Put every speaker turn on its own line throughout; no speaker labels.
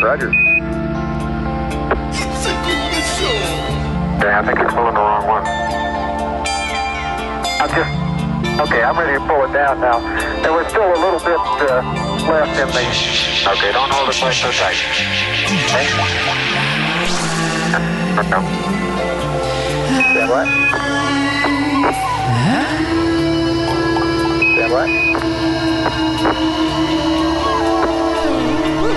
Roger.
It's a good show.
Yeah, I think you're pulling the wrong one. I'm just, okay, I'm ready to pull it down now. There was still a little bit uh, left in the... Okay, don't hold it quite so tight. Okay? Okay. Stand what? Stand what?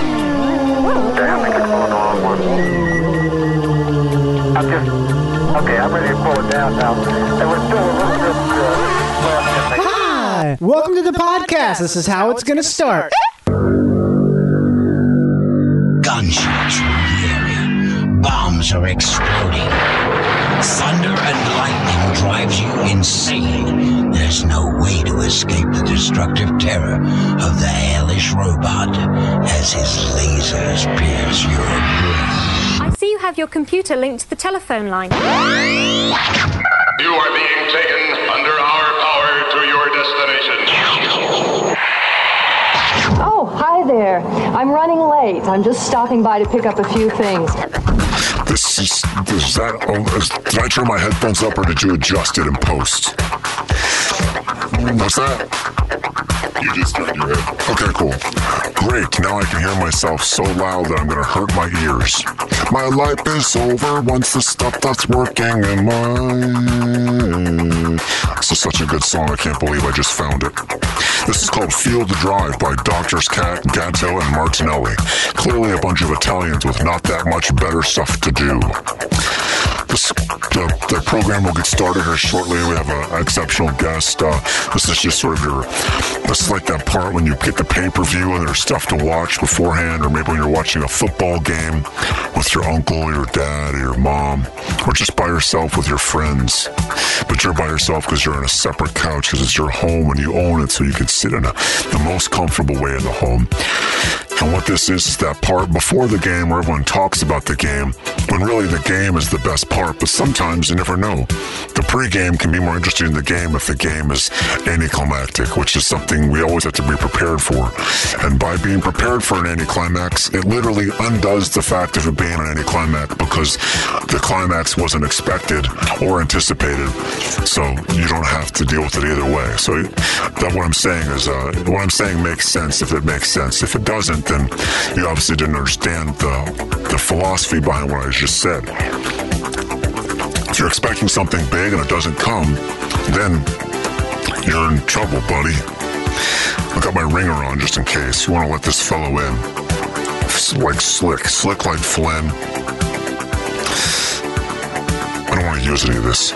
Yeah, I think you're pulling the wrong one. I'm just, okay, I'm ready to pull it down now. There was still a little bit uh, left in the...
Hi, welcome to the podcast. This is how it's going to start.
Gunshots are blaring. Bombs are exploding. Thunder and lightning drives you insane. There's no way to escape the destructive terror of the hellish robot as his lasers pierce your brain.
I see you have your computer linked to the telephone line.
You are being taken under our power to your destination.
Oh, hi there. I'm running late. I'm just stopping by to pick up a few things.
This is, is that, oh, is, did I turn my headphones up or did you adjust it in post? What's that? You just turned your head. Okay, cool. Great, now I can hear myself so loud that I'm gonna hurt my ears. My life is over once the stuff that's working in my... This is such a good song, I can't believe I just found it. This is called Feel the Drive by Doctors Cat, Gatto, and Martinelli. Clearly a bunch of Italians with not that much better stuff to do this, the, the program will get started here shortly. We have an exceptional guest. Uh, this is just sort of your, this is like that part when you get the pay per view and there's stuff to watch beforehand, or maybe when you're watching a football game with your uncle, your dad, or your mom, or just by yourself with your friends. But you're by yourself because you're on a separate couch because it's your home and you own it, so you can sit in a, the most comfortable way in the home. And what this is is that part before the game where everyone talks about the game, when really the game is the best part, but sometimes you never know. The pregame can be more interesting than the game if the game is anticlimactic, which is something we always have to be prepared for. And by being prepared for an anticlimax, it literally undoes the fact of it being an anticlimax because the climax wasn't expected or anticipated. So you don't have to deal with it either way. So that what I'm saying is uh, what I'm saying makes sense if it makes sense. If it doesn't, then you obviously didn't understand the the philosophy behind what I just said. If you're expecting something big and it doesn't come, then you're in trouble, buddy. I got my ringer on just in case. You want to let this fellow in. It's like slick, slick like Flynn. I don't want to use any of this.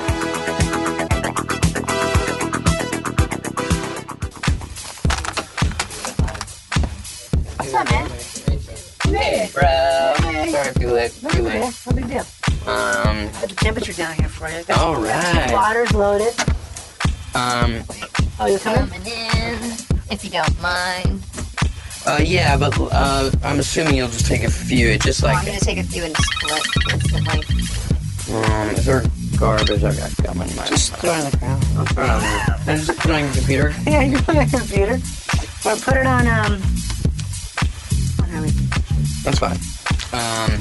bro. Sorry, if you late. Be late.
No big deal.
Um,
Put the temperature down here for you.
all right.
Water's loaded.
Um,
Oh, you're coming?
if you don't mind.
uh, yeah, but uh, I'm assuming you'll just take a few, just
Oh, I'm
like
gonna take a few and split. That's the point.
um, is there garbage I got gum in my? Just
Throw it on the ground.
I'm just put it on your computer.
Yeah, you're on the computer. Well, put it on, um, what are we?
That's fine. Um,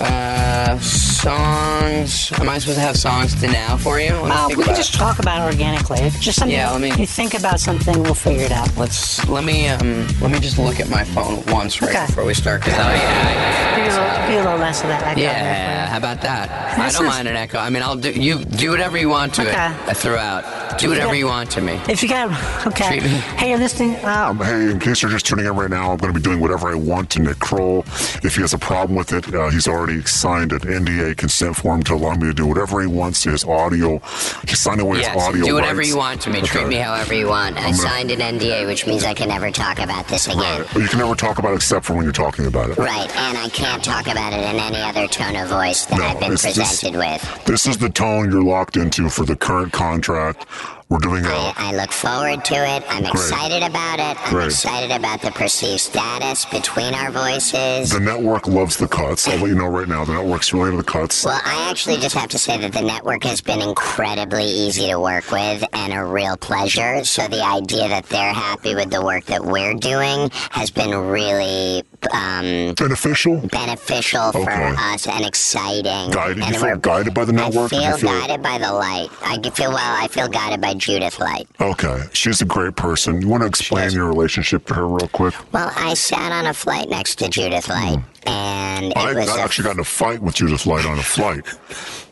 uh, songs. Am I supposed to have songs to now for you? Let me
Uh,
think
we can
about
just talk about it organically. If just something
Yeah, let me-
you think about something, we'll figure it out.
it. Let's let me um let me just look at my phone once right
Okay.
before we start. 'cause- oh yeah.
Be a little, be a little less of that. echo.
Yeah, how about that? I
This
don't
is-
mind an echo. I mean, I'll do you do whatever you want to it
Okay.
uh, throughout. Do whatever you want to me.
If you got, okay.
Treat me.
Hey, you're listening. Uh,
Um, hey, in case you're just tuning in right now, I'm going to be doing whatever I want to Nick Kroll. If he has a problem with it, uh, he's already signed an NDA consent form to allow me to do whatever he wants to his audio. He signed away
Yes,
his audio.
do whatever
rights.
you want to me. Treat
Okay.
me however
Whatever you
you want.
want. I signed an NDA, which means I can never talk about this again.
Right. Oh, You can never talk about it except for when you're talking about it.
Right, and I can't talk about it in any other tone of voice that
No,
I've been
it's- it's-
presented with.
This is the tone you're locked into for the current contract. We're doing a.
I, I look forward to it. I'm
Great.
excited about it. I'm
Great.
excited about the perceived status between our voices.
The network loves the cuts. I'll let you know right now. The network's really into the cuts.
Well, I actually just have to say that the network has been incredibly easy to work with and a real pleasure. So the idea that they're happy with the work that we're doing has been really um,
beneficial.
Beneficial for
Okay.
us and exciting.
Guided.
And
You
we're-
feel guided by the network. You
I feel,
feel-
guided by the light. I g- feel well. I feel guided by Judith Light.
Okay, she's a great person. You want to explain your relationship to her real quick?
Well, I sat on a flight next to Judith Light, and it
I,
was
I
a
actually got in a fight with Judith Light on a flight,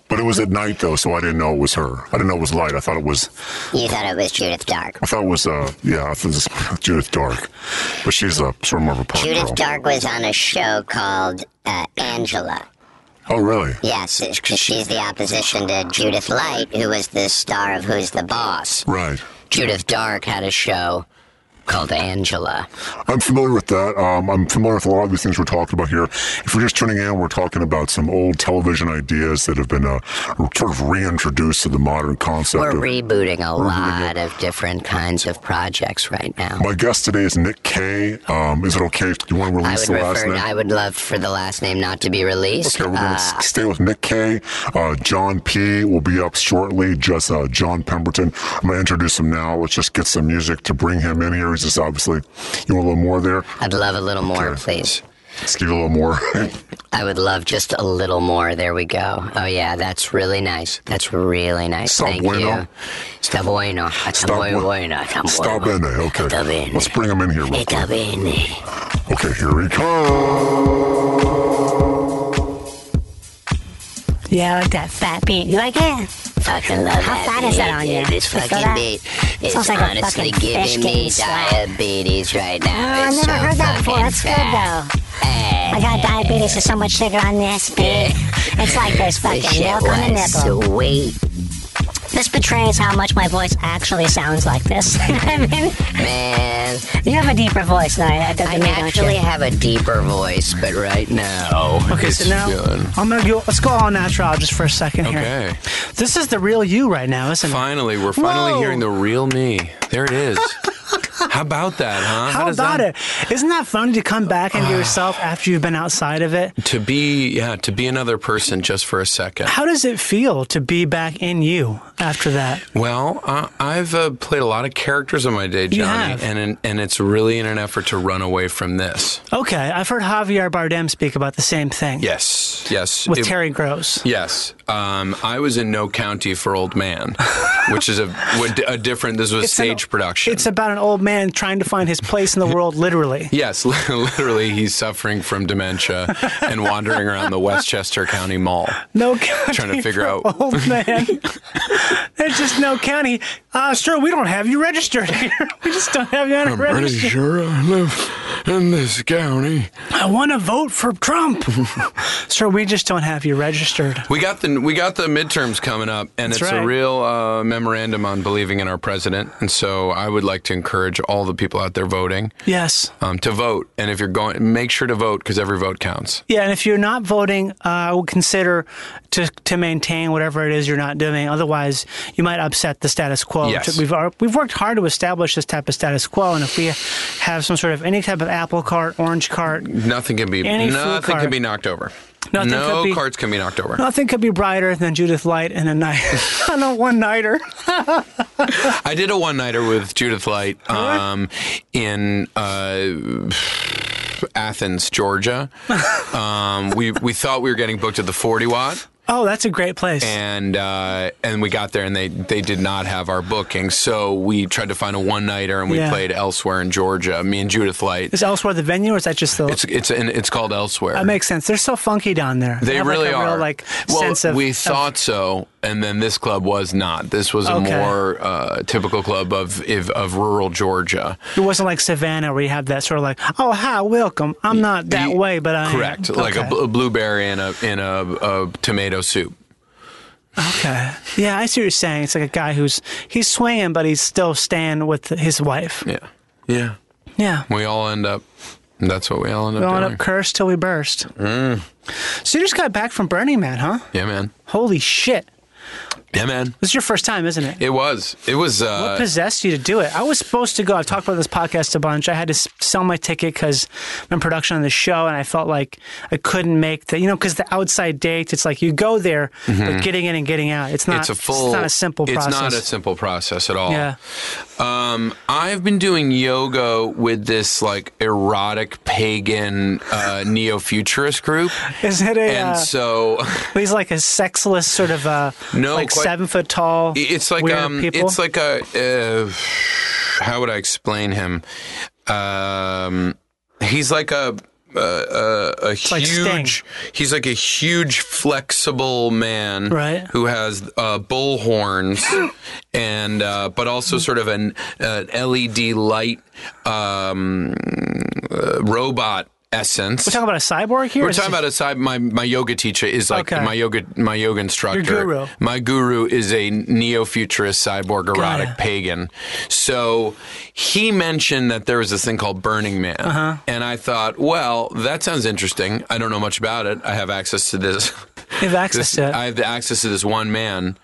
but it was at night though, so I didn't know it was her. I didn't know it was Light. I thought it was.
You thought it was Judith Dark.
I thought it was uh yeah, I thought it was Judith Dark, but she's a sort of more of a park
Judith
girl.
Dark was on a show called uh, Angela.
Oh really?
Yes, because she's the opposition to Judith Light, who was the star of Who's the Boss.
Right.
Judith Dark had a show called Angela.
I'm familiar with that. Um, I'm familiar with a lot of these things we're talking about here. If you're just tuning in, we're talking about some old television ideas that have been uh, sort of reintroduced to the modern concept.
We're
of,
rebooting a lot of different kinds of projects right now.
My guest today is Nick Kay. Um, is it okay? if- Do you want to
I
release
would
the last
refer.
name?
I would love for the last name not to be released.
Okay, we're going
Uh,
to stay with Nick Kay. Uh, John P. will be up shortly. Just uh, John Pemberton. I'm going to introduce him now. Let's just get some music to bring him in here. He's just obviously, you want a little more there?
I'd love a little more, please.
Let's give it a little more.
I would love just a little more. There we go. Oh yeah, that's really nice. That's really nice.
Está
Thank
bueno.
you. Está bueno. Está
Stop
muy
with-
bueno. Está
Stop
bueno.
in there. Okay.
Está bene.
Let's bring him in here. Real
Está
quick.
bene.
Okay, here he comes.
Yeah, that fat beat. You like it?
Fucking love
How
that
fat is that
beat,
on
dude.
you?
This
You feel
fucking
that?
beat is
Sounds like a
honestly
fucking
giving
fish
me
getting slapped.
diabetes right now.
Oh, I've
It's
never
so
heard that before.
fucking
That's good
fat.
though. I got diabetes with so much sugar on this beat. It's like there's
This
fucking
shit
milk on the
was
nipple.
sweet.
This betrays how much my voice actually sounds like this. I mean,
man,
you have a deeper voice than I, than
I
me,
actually
don't you?
have a deeper voice, but right now.
Okay, so now I'm gonna go. Let's go all natural just for a second here.
Okay.
This is the real you right now, isn't it?
Finally, we're finally
Whoa.
hearing the real me. There it is. Uh, How about that, huh?
How,
does
about
that- Uh.
it? Isn't that funny to come back into yourself after you've been outside of it?
To be, yeah, to be another person just for a second.
How does it feel to be back in you after that?
Well, uh, I've uh, played a lot of characters in my day, Johnny,
have.
and in, and it's really in an effort to run away from this.
Okay, I've heard Javier Bardem speak about the same thing.
Yes, yes.
With
It-
Terry Gross.
Yes, um, I was in No County for Old Man, which is a, a different. This was a
It's an-
stage production.
It's about an old man trying to find his place in the world, literally.
Yes, li- literally, he's suffering from dementia and wandering around the Westchester County Mall.
No county.
Trying to figure
for
out-
Old man. There's just no county. Uh, sir, we don't have you registered here. We just don't have you on a
I'm pretty
register.
sure I live in this county.
I want to vote for Trump. sir, we just don't have you registered.
We got the we got the midterms coming up, and
That's
it's
right.
a real uh, memorandum on believing in our president. And so, I would like to encourage all the people out there voting
Yes.
um, to vote. And if you're going, make sure to vote because every vote counts.
Yeah, and if you're not voting, uh, I would consider to to maintain whatever it is you're not doing. Otherwise, you might upset the status quo.
Yes.
which We've ar- we've worked hard to establish this type of status quo, and if we have some sort of any type of apple cart, orange cart,
Nothing can be
Any food
nothing can
cart.
be knocked over.
Nothing
no
could be-
cards can be knocked over.
nothing could be brighter than Judith Light and a night on a one nighter.
I did a one nighter with Judith Light um, in uh, Athens, Georgia. Um, we we thought we were getting booked at the Forty Watt,
oh, that's a great place.
and uh, and we got there and they they did not have our booking, so we tried to find a one nighter and we
Yeah.
played elsewhere in Georgia. Me and Judith Light.
Is elsewhere the venue, or is that just the?
It's it's and it's called elsewhere.
that makes sense. They're so funky down there.
They
have, like,
really
a
are.
Real, like
well,
sense of
we
of-
thought so, and then this club was not. This was a
Okay.
more uh, typical club of if, of rural Georgia.
It wasn't like Savannah where you have that sort of like, oh, hi, welcome. I'm not that way, but I am."
Correct, like a,
Okay.
bl- a blueberry in a in a, a tomato soup.
Okay. Yeah, I see what you're saying. It's like a guy who's he's swinging, but he's still staying with his wife.
Yeah, yeah.
Yeah.
We all end up. That's what we all end up
Going
doing.
up cursed till we burst.
Mm.
So you just got back from Burning Man, huh?
Yeah, man.
Holy shit.
Yeah, man.
This is your first time, isn't it?
It was. It was. Uh,
What possessed you to do it? I was supposed to go. I've talked about this podcast a bunch. I had to s- sell my ticket because I'm in production on the show, and I felt like I couldn't make the, you know, because the outside dates, it's like you go there,
Mhm.
but getting in and getting out, it's not.
it's a full.
not a simple
It's
process.
not a simple process at all.
Yeah.
Um, I've been doing yoga with this like erotic pagan uh, neo futurist group.
Is it a?
And
uh,
so
he's like a sexless sort of uh,
No,
like
quite-
seven foot tall.
it's like
weird
um,
people.
it's like a uh, how would I explain him? Um, he's like a. A, a, a
like
huge,
Sting.
he's like a huge flexible man,
Right.
Who has uh, bull horns, and uh, but also sort of an, an LED light um, uh, robot essence.
We're talking about a cyborg here.
We're
Is
talking
this-
about aside my my yoga teacher is like
Okay.
my yoga my yoga instructor.
guru.
My guru is a neo-futurist cyborg erotic
Got
pagan. So he mentioned that there was this thing called Burning Man.
Uh-huh.
And I thought, well, that sounds interesting. I don't know much about it. I have access to this.
You have access
this-
to it.
I have the access to this one man.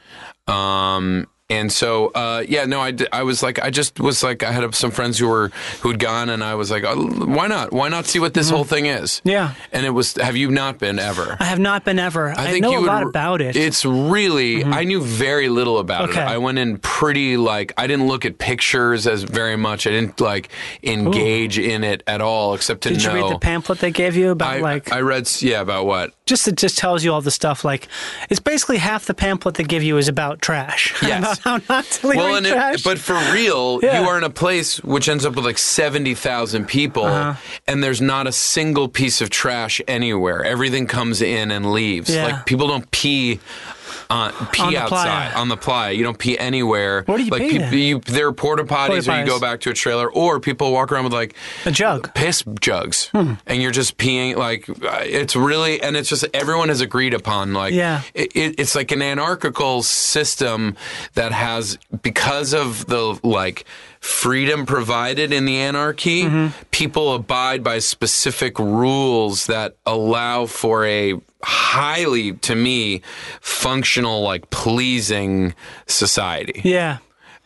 Um, and so, uh, yeah, no, I, d- I was like, I just was like, I had some friends who were, who'd gone and I was like, oh, why not? Why not see what this whole thing is?
Mm-hmm. Yeah.
And it was, have you not been ever?
I have not been ever. I, know a lot about it.
It's really I knew very little about
Mm-hmm. Okay.
it. I went in pretty like I didn't look at pictures as very much. I didn't like engage in it at all, except to
Did you
know.
read the pamphlet they gave you about
I,
like?
I read s- yeah about what
just it just tells you all the stuff. Like it's basically half the pamphlet they give you is about trash.
Yes.
about how not to leave
well, and it-
trash.
but for real,
Yeah.
you are in a place which ends up with like seventy thousand people,
Uh-huh.
and there's not a single piece of trash anywhere. Everything comes in and leaves.
Yeah.
Like people don't pee. Uh, pee
On the
outside
playa.
on the playa. You don't pee anywhere. What
do you
like
pee
people,
then?
you, there are porta potties,
Porta
or you go
potties.
back to a trailer, or people walk around with like
a jug, Hmm.
piss jugs, and you're just peeing. Like uh, it's really, and it's just everyone has agreed upon. Like
Yeah.
it, it, it's like an anarchical system that has because of the like freedom provided in the anarchy
Mm-hmm.
people abide by specific rules that allow for a highly to me functional like pleasing society
yeah,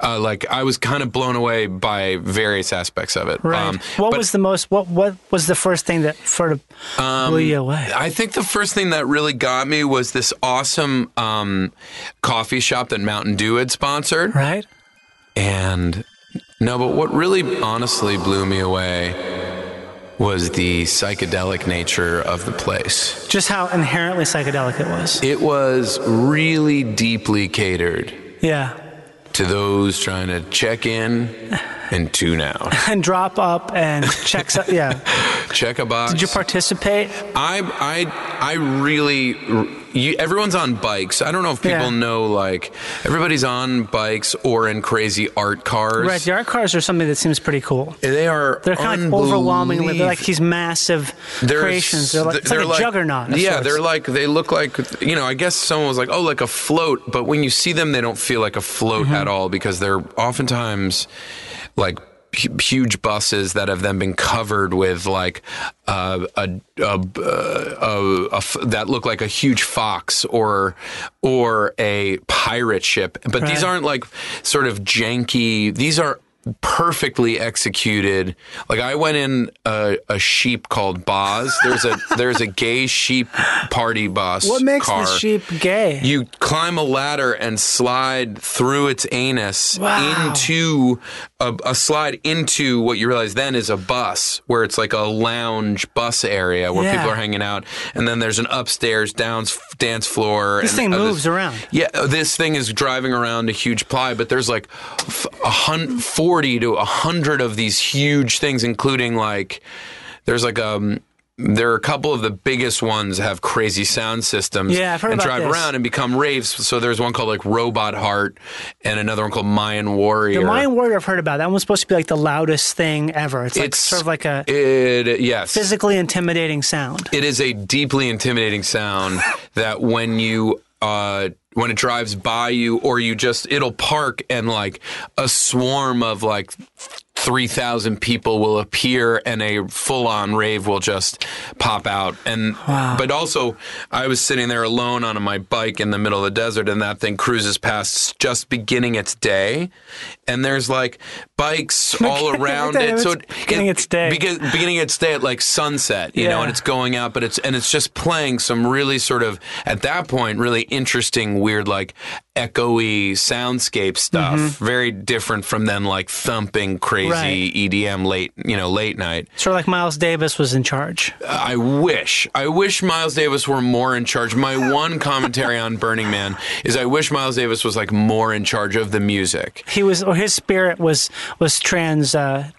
uh, like i was kind of blown away by various aspects of it Um,
right. what was the most? What what was the first thing that sort of blew you away?
Um, I think the first thing that really got me was this awesome um, coffee shop that Mountain Dew had sponsored.
Right.
And no, but what really honestly blew me away was the psychedelic nature of the place.
Just how inherently psychedelic it was.
It was really deeply catered
Yeah,
to those trying to check in and tune out.
and drop up and checks up. Yeah.
Check a box.
Did you participate?
I I I really you, everyone's on bikes. I don't know if people
Yeah.
know like everybody's on bikes or in crazy art cars.
Right. The art cars are something that seems pretty cool.
They are
They're kind of like overwhelmingly. They're like these massive
They're-
creations. They're like, it's like a juggernaut. of
Yeah,
sorts.
they're like they look like you know. I guess someone was like, oh, like a float, but when you see them, they don't feel like a float
Mm-hmm.
at all because they're oftentimes like hu- huge buses that have then been covered with like uh, a, a, a, a- a f- that look like a huge fox or or a pirate ship but these
Right.
aren't like sort of janky these are perfectly executed like i went in a, a sheep called boz there's a there's a gay sheep party bus
What makes
car.
the sheep gay?
You climb a ladder and slide through its anus
Wow.
into a, a slide into what you realize then is a bus, where it's like a lounge bus area where
Yeah.
people are hanging out, and then there's an upstairs, downs dance floor.
This
and
thing
uh,
moves around.
Yeah, uh, this thing is driving around a huge ply, but there's like f- a hun- forty to a hundred of these huge things, including like there's like um there are a couple of the biggest ones have crazy sound systems
Yeah, I've heard
and
about
drive
this.
around and become raves. So there's one called like Robot Heart and another one called Mayan Warrior.
The Mayan warrior I've heard about. That one's supposed to be like the loudest thing ever. It's like
It's-
sort of like a
it yes.
physically intimidating sound.
It is a deeply intimidating sound that when you uh, when it drives by you or you just it'll park and like a swarm of like 3,000 people will appear and a full on rave will just pop out. And but also I was sitting there alone on my bike in the middle of the desert and that thing cruises past just beginning its day and there's like bikes all around
that
it. So
it's beginning its day.
begin, beginning its day at like sunset, you know,
Yeah.
and it's going out, but it's and it's just playing some really sort of at that point really interesting, weird like echoey soundscape stuff.
Mhm.
Very different from then like thumping crazy
Right.
EDM late, you know, late night.
Sort of like Miles Davis was in charge.
I wish. I wish Miles Davis were more in charge. My one commentary on Burning Man is I wish Miles Davis was like more in charge of the music.
He was, or his spirit was, was trans, uh,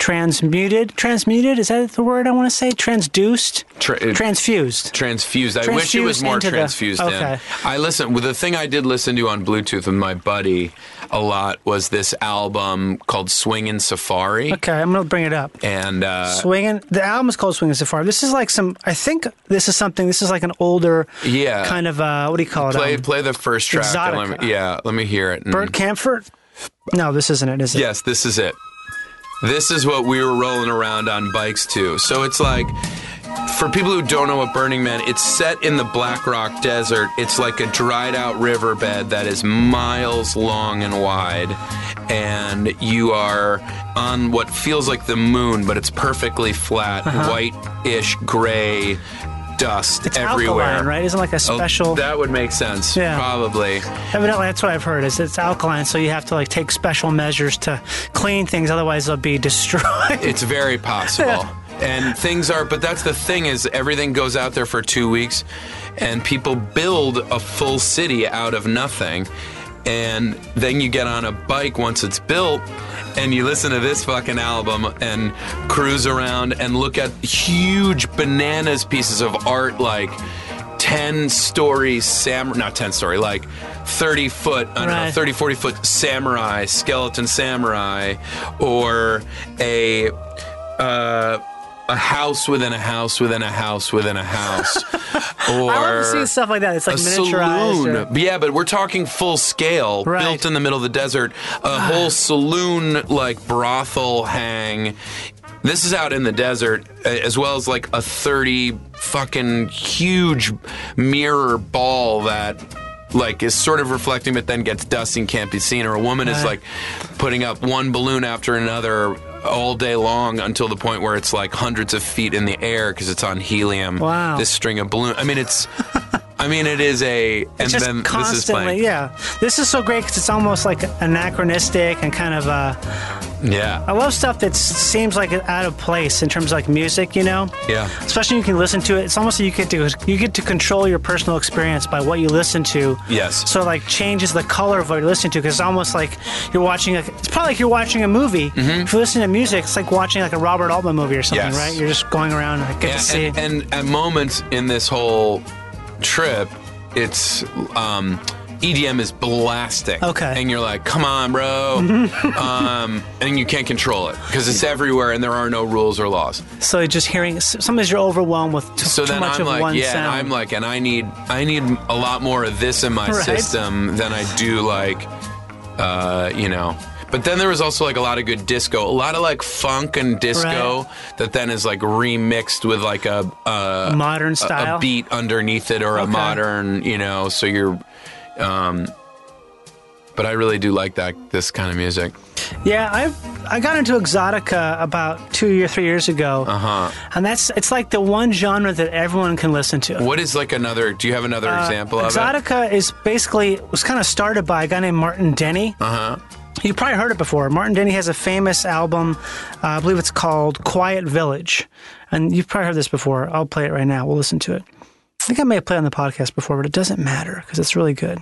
transmuted. Transmuted is that the word I want to say? Transduced.
Tra-
transfused.
Transfused. I wish it was
Transfused
more
into the-
transfused
okay.
in. I listen with the thing I did listen to on Bluetooth with my buddy a lot was this album called Swingin' Safari.
Okay, I'm gonna bring it up.
And uh,
Swinging. The album is called Swinging Safari. This is like some. I think this is something. This is like an older
yeah.
kind of. Uh, what do you call it?
play
Um,
play the first track. and Let me, yeah, let me hear it. Mm. and-
Bert Camford. No, this isn't it. Is it?
Yes, this is it. This is what we were rolling around on bikes to. So it's like, for people who don't know what Burning Man, it's set in the Black Rock Desert. It's like a dried out riverbed that is miles long and wide. And you are on what feels like the moon, but it's perfectly flat,
Uh-huh.
white ish gray dust
It's
everywhere.
alkaline, right? Isn't like a
Oh,
special.
that would make sense,
Yeah.
probably.
Evidently, that's what I've heard. Is it's alkaline, so you have to like take special measures to clean things, otherwise they'll be destroyed.
It's very possible. and things are, but that's the thing is everything goes out there for two weeks and people build a full city out of nothing. And then you get on a bike once it's built and you listen to this fucking album and cruise around and look at huge bananas pieces of art like 10 story samurai, not 10 story, like 30 foot, I don't know,
Right.
30, 40 foot samurai, skeleton samurai, or a, uh, a house within a house within a house within a house. or
I love seeing stuff like that. It's like miniaturized.
saloon.
or-
Yeah, but we're talking full scale, built in the middle of the desert, a whole saloon like brothel hang. This is out in the desert, a- as well as like a 30 fucking huge mirror ball that like is sort of reflecting but then gets dust and can't be seen or a woman is like
Right.
putting up one balloon after another all day long until the point where it's like hundreds of feet in the air because it's on helium
Wow.
this string of balloon i mean it's I mean, it is a, and
it's just
then this is
constantly,
playing.
yeah. This is so great because it's almost like anachronistic and kind of. Uh,
Yeah.
I love stuff that seems like it out of place in terms of like music, you know.
Yeah.
Especially when you can listen to it. It's almost like you get to you get to control your personal experience by what you listen to.
Yes.
So it, like changes the color of what you're listening to because it's almost like you're watching. A, it's probably like you're watching a movie. If you listen to music, it's like watching like a Robert Altman movie or something,
Mm-hmm. Yes.
right? You're just going around. Like, get to see.
and, and, and at moments in this whole trip, it's, um, EDM is blasting.
Okay.
And you're like, come on, bro. um, and you can't control it because it's everywhere and there are no rules or laws.
so you're just hearing. s- Sometimes you're overwhelmed with t-
So
too
then
much
I'm
of
like,
one
yeah, and
sound.
I'm like, and I need, I need a lot more of this in my
Right.
system than I do like, uh, you know. But then there was also like a lot of good disco, a lot of like funk and disco that then is like remixed with like a, a
Modern
a- a,
style?
beat underneath it or a
Okay.
modern, you know. So you're, um, but I really do like that this kind of music.
Yeah, I I got into exotica about two or three years ago,
Uh huh.
and that's it's like the one genre that everyone can listen to.
What is like another? Do you have another
Uh,
example of it?
Exotica is basically was kind of started by a guy named Martin Denny.
Uh huh.
You probably heard it before. Martin Denny has a famous album, uh, I believe it's called Quiet Village, and you've probably heard this before. I'll play it right now. We'll listen to it. I think I may have played it on the podcast before, but it doesn't matter because it's really good.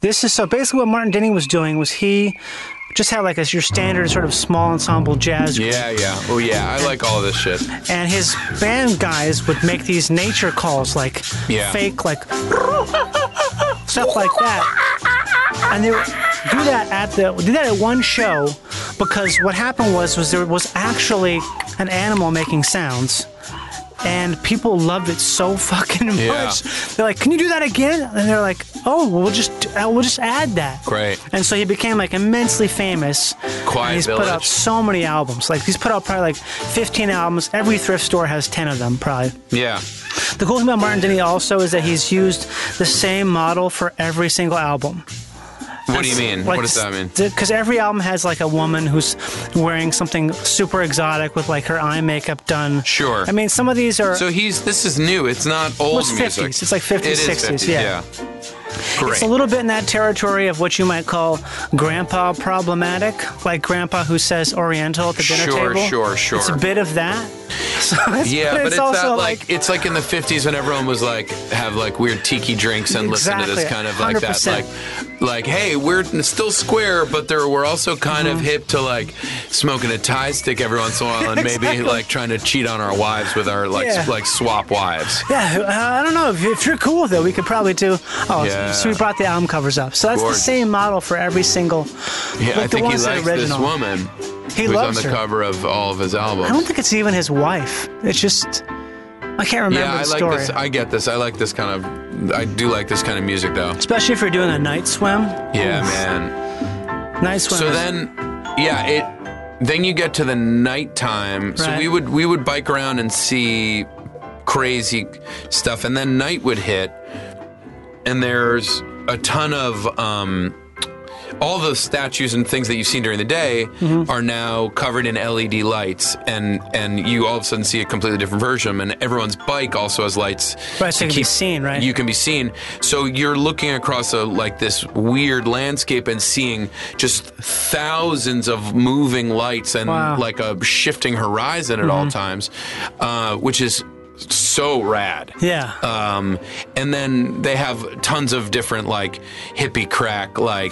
This is so basically what Martin Denny was doing was he just had like a, your standard sort of small ensemble jazz
Yeah, yeah. Oh yeah, I like all this shit.
and his band guys would make these nature calls like
Yeah.
fake like stuff like that and they would do that at the do that at one show because what happened was was there was actually an animal making sounds and people loved it so fucking much.
Yeah.
They're like, "Can you do that again?" And they're like, "Oh, well, we'll just uh, we'll just add that."
Great.
And so he became like immensely famous.
Quiet
and he's put out
Village.
so many albums. Like he's put out probably like 15 albums. Every thrift store has 10 of them, probably.
Yeah.
The cool thing about Martin Denny also is that he's used the same model for every single album.
What do you mean? what does that mean?
Because every album has like a woman who's wearing something super exotic with like her eye makeup done.
Sure.
I mean, some of these are.
So he's this is new. It's not old
Well, it's
music.
50s. It's like 50s,
It is
60s,
50s,
yeah.
Great.
It's a little bit in that territory of what you might call grandpa problematic, like grandpa who says Oriental at the dinner
Sure,
table.
sure, sure.
It's a bit of that. So it's,
yeah, but it's,
also
that
like
like, it's like in the '50s when everyone was like have like weird tiki drinks and listen to this
Exactly,
kind of like that
100%.
like like hey we're still square but there we're also kind
Mm-hmm.
of hip to like smoking a tie stick every once in a while and
Exactly.
maybe like trying to cheat on our wives with our like
Yeah.
s- like swap wives.
Yeah, uh, I don't know. If, if you're cool with it, we could probably do. Oh,
Yeah.
so we brought the album covers up. So that's
Gorgeous.
the same model for every single.
Yeah,
like
I
the
think he
ones that are
likes
original.
this woman.
He
who's
loves
on the
her.
cover of all of his albums.
I don't think it's even his wife. It's just I can't remember
yeah, I
the
like
story.
this. I get this. I like this kind of. I do like this kind of music though.
Especially if you're doing a night swim.
Yeah, man.
Night swim.
So
is-
then, yeah, it. Then you get to the nighttime. So
Right.
we would we would bike around and see crazy stuff, and then night would hit, and there's a ton of um, all the statues and things that you've seen during the day
Mm-hmm.
are now covered in LED lights, and and you all of a sudden see a completely different version. And everyone's bike also has lights.
Right, so
to
you can be seen, right?
You can be seen. So you're looking across a like this weird landscape and seeing just thousands of moving lights and
Wow.
like a shifting horizon at all times, uh, which is so rad.
Yeah.
Um, and then they have tons of different like hippie crack, like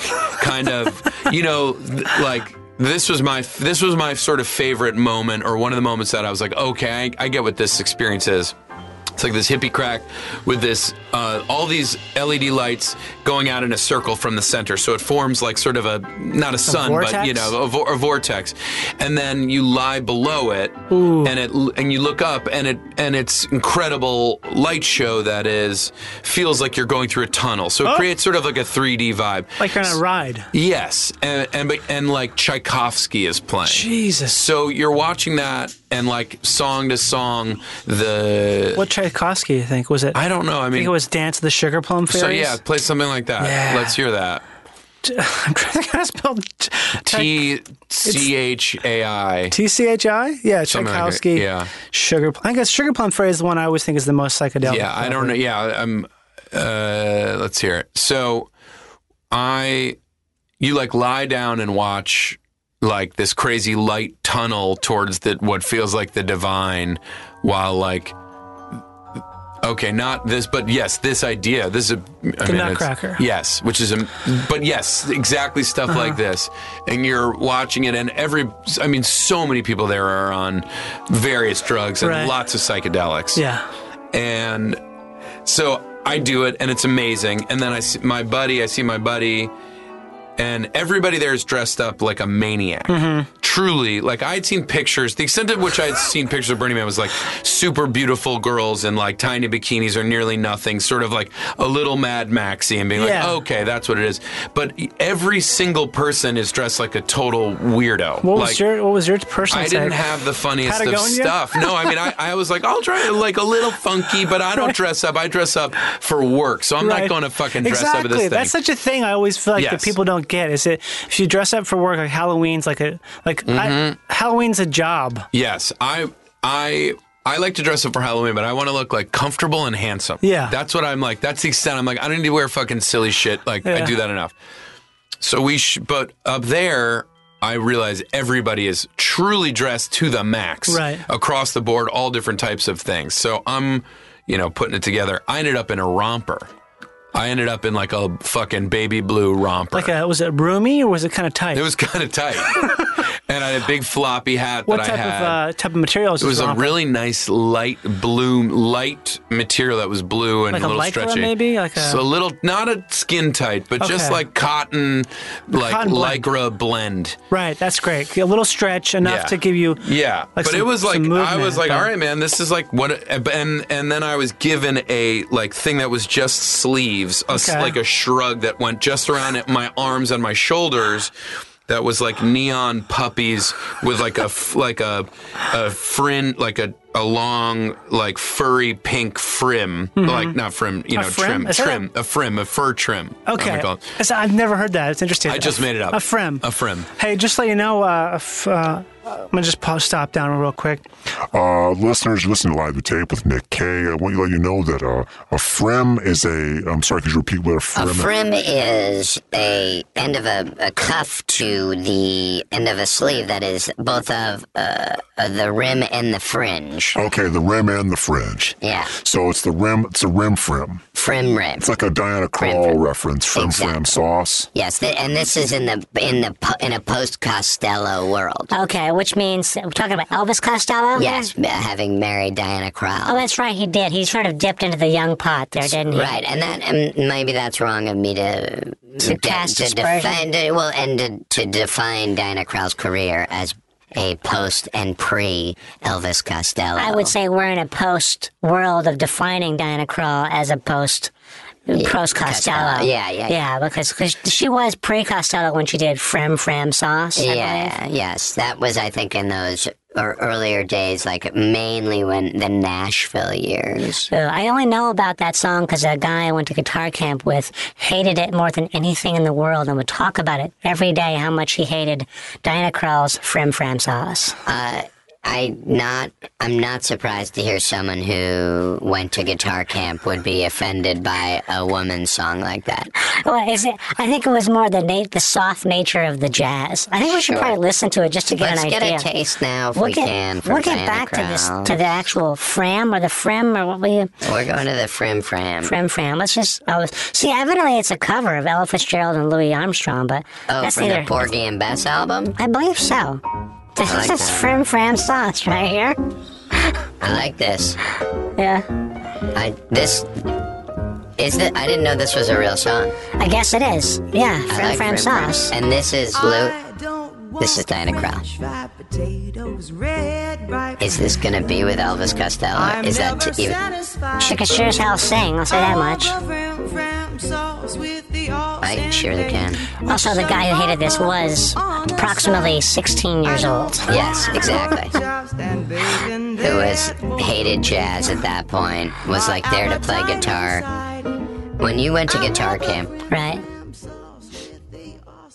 kind of you know th- like. This was my this was my sort of favorite moment, or one of the moments that I was like, okay, I, I get what this experience is. It's like this hippie crack with this uh, all these LED lights going out in a circle from the center, so it forms like sort of a not a sun, but you
vortex?
know a, vo- a vortex, and then you lie below it, and it l- and you look up, and it and it's incredible light show that is feels like you're going through a tunnel, so it
Oh.
creates sort of like a 3D vibe.
like you're on a ride.
Yes, and and but- and like Tchaikovsky is playing.
Jesus.
So you're watching that, and like song to song, the
What Tchaikovsky? You think was it?
I don't know. I
I think
mean,
it was Dance of the Sugar Plum Fairies.
so yeah, play something like that.
Yeah.
Let's hear that.
I'm trying to spell t-
T C H A I.
T C H I? Yeah,
Something like it,
Tchaikovsky.
yeah.
Sugar. I guess Sugar Plum Fairy is the one I always think is the most psychedelic.
Yeah, I don't know. Yeah, I'm. Uh, let's hear it. So, I, you like lie down and watch like this crazy light tunnel towards the what feels like the divine, while like. Okay, not this, but yes, this idea. This is a I
The
mean, it's-
Nutcracker.
Yes, which is a, but yes, exactly stuff
Uh-huh.
like this, and you're watching it, and every, I mean, so many people there are on various drugs and
Right.
lots of psychedelics
Yeah.
and so I do it, and it's amazing. And then I see my buddy, I see my buddy, and everybody there is dressed up like a maniac.
Mm-hmm.
Truly, like I had seen pictures. The extent of which I had seen pictures of Burning Man was like super beautiful girls in like tiny bikinis or nearly nothing, sort of like a little Mad Maxi, and being
Yeah.
like, okay, that's what it is. But every single person is dressed like a total weirdo.
What was
like,
your What was your personal?
I didn't
take?
have the funniest of
Patagonia?
stuff. No, I mean, I, I was like, I'll try like a little funky, but I don't dress up. I dress up for work, so I'm
Right.
not going to fucking dress
exactly.
up as this thing.
That's such a thing. I always feel like that
Yes.
people don't get is it if you dress up for work like Halloween's like a like
Mm-hmm.
I, Halloween's a job.
yes, I, I. I like to dress up for Halloween, but I want to look like comfortable and handsome.
Yeah.
that's what I'm like. That's the extent. I'm like, I don't need to wear fucking silly shit. Like, I
Yeah.
do that enough. So we, sh- but up there, I realize everybody is truly dressed to the max,
Right.
Across the board, all different types of things. So I'm, you know, putting it together. I ended up in a romper. I ended up in like a fucking baby blue romper.
Like a was it roomy or was it kind of tight?
it was kind of tight, and I had a big floppy hat
What
that
type
I
of
had.
uh, type of material is
it was
this
a
romper?
really nice light blue, light material that was blue and
Like
a
a
little
lycra,
stretchy.
maybe? Like a-
So little, not a skin tight, but just
Okay.
like cotton, like
Cotton blend.
lycra blend.
right. That's great. A little stretch enough
Yeah.
to give you.
Yeah,
like
but
some-
it was like
some
I
movement,
was like,
but-
all right, man, this is like what, and and then I was given a like thing that was just sleeves, a s
Okay.
like a shrug that went just around at my arms and my shoulders. That was like neon puppies with like a f- like a a frin like a a long like furry pink frim
Mhm.
like not frim you
A
know
frim?
trim
Is that a-
trim a frim a fur trim I'm gonna
Okay.
call it.
So I've never heard that. It's interesting.
Oh I just made it up
A frim.
a frim
Hey, just to let you know, uh, if, uh, I'm gonna just pause, stop down real quick.
Uh, listeners, listen to live the tape with Nick K. I want to let you know that uh, a frem is a. I'm sorry, could you repeat what
A
a frem? is?
frim is a end of a, a cuff to the end of a sleeve that is both of uh, uh, the rim and the fringe.
Okay, the rim and the fringe.
Yeah.
So it's the rim. It's a rim frim.
Frim rim.
It's like a Diana Krall reference. Frim fram sauce.
Yes, th- and this is in the in the po- in a post Costello world.
Okay, which means uh, we're talking about Elvis Costello. here?
Yes, ma- having married Diana Krall.
Oh, that's right. He did. He sort of dipped into the young pot there, didn't he?
Right, and that and maybe that's wrong of me to
To cast
to
aspersions.
defend well and to, to define Diana Krall's career as a post and pre Elvis Costello.
I would say we're in a post world of defining Diana Krall as a post post Costello.
Costello. Yeah, yeah,
yeah. Because 'cause she was pre Costello when she did Fram Fram Sauce. I
Yeah, yes, that was I think in those or earlier days, like mainly when the Nashville years.
Uh, I only know about that song because a guy I went to guitar camp with hated it more than anything in the world and would talk about it every day how much he hated Diana Krall's Frim Fram sauce.
Uh, I not I'm not surprised to hear someone who went to guitar camp would be offended by a woman's song like that.
Well, is it, I think it was more the na- the soft nature of the jazz. I think we should
Sure.
probably listen to it just to get
Let's
an
get a
idea.
taste now if
we'll
we
get,
can. from
we'll get
Diana
back to this
Krall.
to the actual fram or the frim or what we
We're going to the Frim Fram.
frim fram. Let's just oh, see. Evidently, it's a cover of Ella Fitzgerald and Louis Armstrong, but
Oh,
that's
from the
neither-
Porgy and Bess album.
I believe so. This
I like
is
that.
frim fram sauce right here.
I like this.
Yeah,
I this is it. I didn't know this was a real song.
I guess it is. Yeah,
I
frim
like Frim
fram
Fram.
sauce.
And this is Lou. This is Diana Krall. Is this gonna be with Elvis Costello? Is that t- you?
She can sure as hell sing. I'll say that much.
I surely can.
Also, the guy who hated this was approximately 16 years old.
Yes, exactly. Who was hated jazz at that point? Was like there to play guitar. When you went to guitar camp,
Right.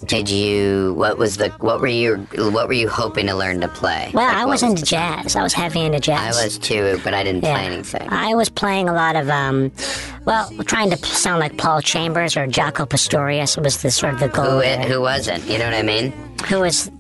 Did you? What was the? What were you? What were you hoping to learn to play?
Well,
Like,
I
what
was into jazz. I was heavy into
I
jazz.
was too, but I didn't play anything.
I was playing a lot of, um, well, trying to p- sound like Paul Chambers or Jaco Pastorius was the sort of the goal.
Who?
there.
Who wasn't? You know what I mean?
Who was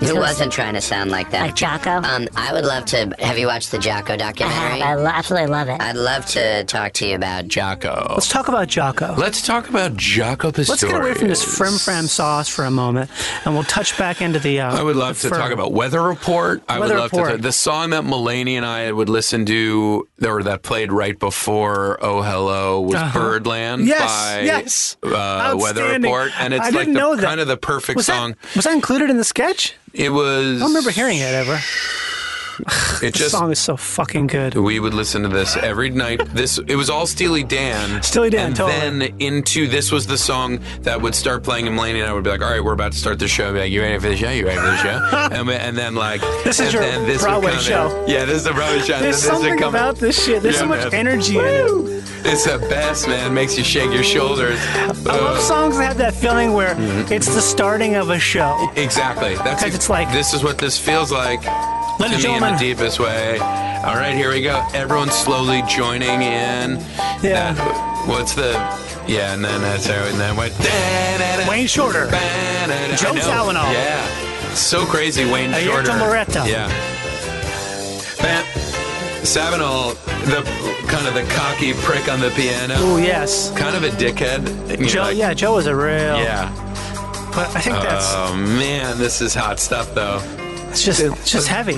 Who
Who-
wasn't trying to sound like that?
like Jaco?
Um, I would love to. Have you watched the Jocko
I have.
documentary?
I lo- absolutely love it.
I'd love to talk to you about Jocko.
Let's talk about Jocko.
Oh. let's talk about Jaco Pastorius
Let's get away from this frim fram sauce for a moment, and we'll touch back into the. Uh,
I would love
the
to talk
fur.
about Weather Report. I
Weather
would love to
Report.
talk, the song that Mulaney and I would listen to, or that played right before "Oh Hello" was
Uh-huh.
Birdland
Yes,
by
yes.
Uh, Weather
Outstanding.
Report, and it's
I
like
didn't
the,
know that.
kind of the perfect
Was that-
song.
was that included in the sketch?
It was.
I don't remember hearing it ever. The
It just.
song is so fucking good.
We would listen to this every night. This it was all Steely Dan.
Steely Dan,
and
totally.
then into this was the song that would start playing, and Mulaney and I would be like, "All right, we're about to start the show." I'd be like, you ready for the show? You ready for the show? and, we- and then like
This is
and
your
then this would
Broadway
come in.
show.
Yeah, this is the Broadway show. And
There's
then this would
something
come in.
about this shit. There's
Yeah,
so much
man.
energy in it.
It's the best, man. Makes you shake your shoulders.
I love songs that have that feeling where
Mm-hmm.
it's the starting of a show.
Exactly. That's
'Cause it's like-
this is what this feels like
Ladies
to
and
me in
gentlemen.
the deepest way. All right, here we go. Everyone's slowly joining in.
Yeah.
That- what's the? Yeah, and then that's how and then went.
Wayne Shorter. Joe Zawinul.
Yeah. So crazy, Wayne
Alberto
Shorter.
Moreto.
Yeah. Bam. Savinol, the kind of the cocky prick on the piano.
Oh yes.
Kind of a dickhead. And you're
Joe,
like,
yeah, Joe was a real.
Yeah. Uh,
But I think that's
Oh man, this is hot stuff though.
It's just, it's just heavy.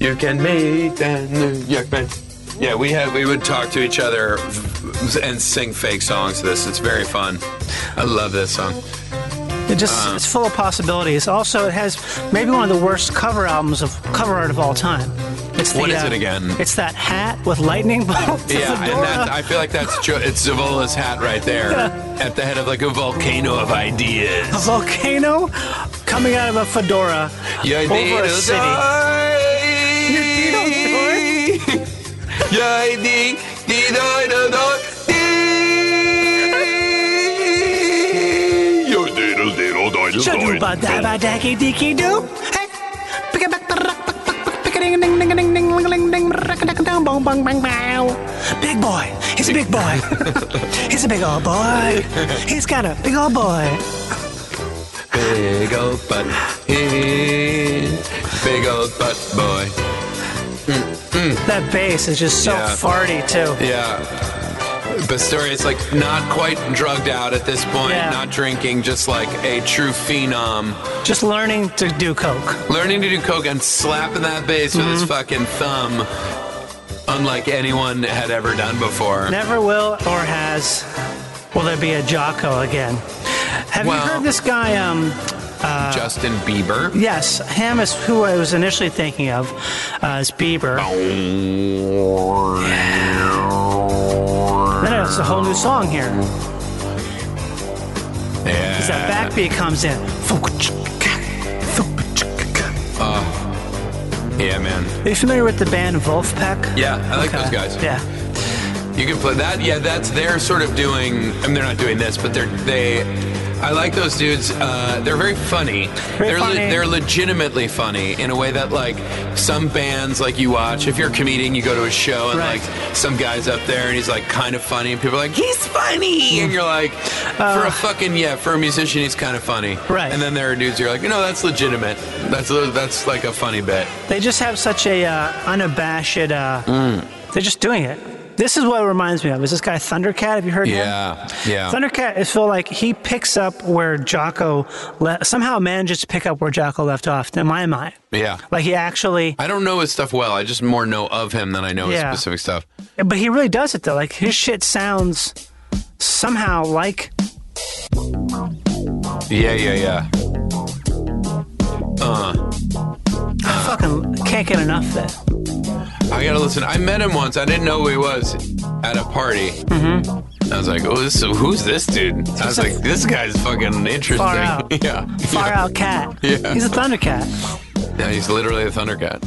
You can make that New York man. Yeah, we had we would talk to each other and sing fake songs. to This it's very fun. I love this song.
It just
Um,
it's full of possibilities. Also, it has maybe one of the worst cover albums of cover art of all time. It's the,
What is
uh,
it again?
It's that hat with lightning bolts.
yeah,
fedora.
and that, I feel like that's jo- it's Zavola's hat right there at the head of like a volcano of ideas.
a volcano coming out of a fedora
Yeah,
over a
need a
city.
Yeah, dee, dee, da, da, da, dee. Your diddle, diddle, diddle,
Shadoo ba da ba
diddle.
dacky dicky doo. Hey, pick it back, barrack, back, back, back, pick it ding, ding, ding, ding, ding, ling, ling, ding, rack, dack, down, bong, bong, bang, bow. Big boy, he's a big boy. He's a big old boy. He's got a big old boy. Oh.
Big old butt. eh, Big old butt boy.
That bass is just so
Mm. Yeah.
farty too.
Yeah. Pistorius, like, not quite drugged out at this point,
Yeah.
not drinking, just like a true phenom.
Just learning to do coke.
Learning to do coke and slapping that bass with
Mm-hmm.
his fucking thumb, unlike anyone had ever done before.
Never will or has. Will there be a Jocko again? Have
Well-
you heard this guy? Um, uh,
Justin Bieber.
Yes, Ham is who I was initially thinking of uh, as Bieber. No, no, it's a whole new song here.
Yeah.
'Cause that backbeat comes in.
Oh. yeah, man.
Are you familiar with the band Wolfpack?
Yeah, I like
Okay.
those guys.
Yeah.
You can play that. Yeah, that's they're sort of doing. I mean, they're not doing this, but they're they. I like those dudes. Uh, they're very funny. they're
funny.
they're legitimately funny in a way that like some bands like you watch. If you're a comedian, you go to a show and like some guy's up there and he's like kind of funny, and people are like he's funny, and you're like for
Uh.
a fucking yeah for a musician he's kind of funny. Right. And then there are dudes you're like no that's legitimate. That's that's like a funny bit.
They just have such a uh, unabashed. Uh, They're just doing it. This is what it reminds me of. Is this guy Thundercat? Have you heard him?
Yeah. Yeah.
Thundercat, I feel like he picks up where Jocko le- somehow manages to pick up where Jocko left off. In my mind,
Yeah.
like he actually,
I don't know his stuff well. I just more know of him than I know
Yeah.
his specific stuff.
but he really does it though. Like his shit sounds somehow like
Yeah, yeah, yeah. Uh,
I fucking can't get enough of it.
I gotta listen. I met him once. I didn't know who he was at a party. Mm-hmm. I was like, "Oh, this who's this dude?" I was like, "This guy's fucking interesting."
Far out.
yeah,
Far out cat.
Yeah.
He's a Thundercat.
yeah, he's literally a Thundercat.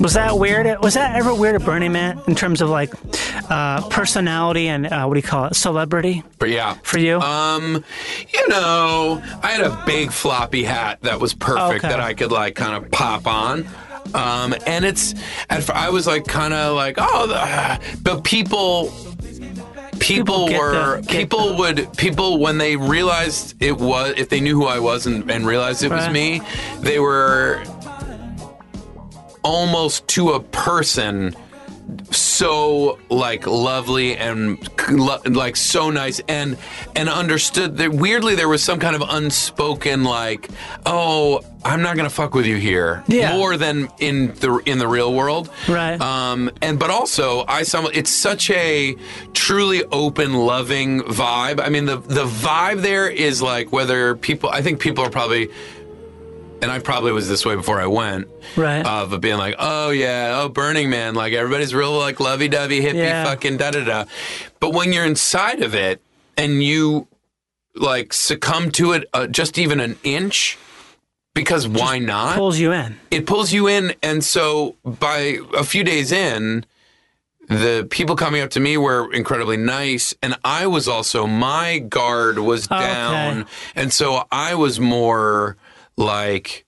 Was that weird? Was that ever weird at Burning Man in terms of like uh, personality and uh, what do you call it, celebrity?
But yeah,
For you?
Um, you know, I had a big floppy hat that was perfect
Okay.
that I could like kind of pop on. Um, and it's at f- I was like kind of like oh, the, but people.
People
People,
get
were
the- get
people would people when they realized it was if they knew who I was and, and realized it was
Right.
me, they were almost to a person so like lovely and lo- like so nice and and understood that weirdly there was some kind of unspoken like oh i'm not gonna fuck with you here
Yeah.
more than in the in the real world
Right.
um and but also i some it's such a truly open loving vibe i mean the the vibe there is like whether people i think people are probably and I probably was this way before I went.
Right.
Uh, but being like, oh yeah, oh Burning Man, like everybody's real like lovey dovey hippie
Yeah.
fucking da da da. But when you're inside of it and you like succumb to it uh, just even an inch, because why not?
Pulls you in.
it pulls you in, and so by a few days in. The people coming up to me were incredibly nice, and I was also my guard was
Okay.
down, and so I was more like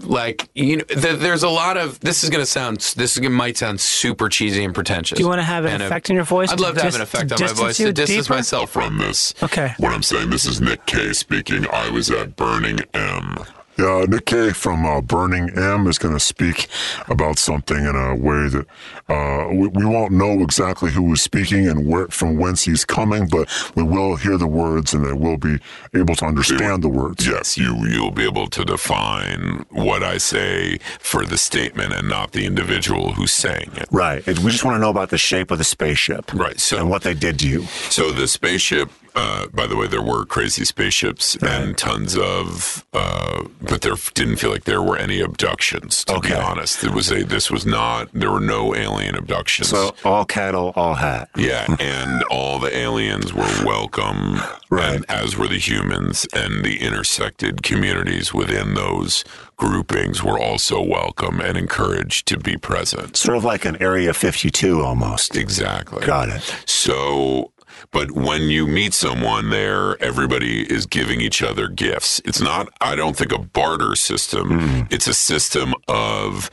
like you know th- there's a lot of this is going to sound this is gonna, might sound super cheesy and pretentious
Do you want to have an
And a-
effect in your voice?
i'd love to have
Just
an effect on my
distance
voice
you
to distance
deeper?
myself
From this.
Okay.
What I'm saying, this is Nick K speaking. I was at Burning M. Yeah, Nick Cave from uh, Burning M is going to speak about something in a way that uh, we, we won't know exactly who is speaking and where from whence he's coming, but we will hear the words and we'll be able to understand the words.
Yes, you you'll be able to define what I say for the statement and not the individual who's saying it.
Right. It- We just want to know about the shape of the spaceship.
Right. So
and what they did to you.
So the spaceship, uh, by the way, there were crazy spaceships and tons of, uh, but there didn't feel like there were any abductions. To be honest, it was a this was not there were no alien abductions.
So all cattle, all hat.
Yeah, and all the aliens were welcome, and as were the humans, and the intersected communities within those groupings were also welcome and encouraged to be present.
Sort of like an Area 52 almost.
Exactly.
Got it.
So, but when you meet someone there, everybody is giving each other gifts. It's not, I don't think, a barter system, it's a system of.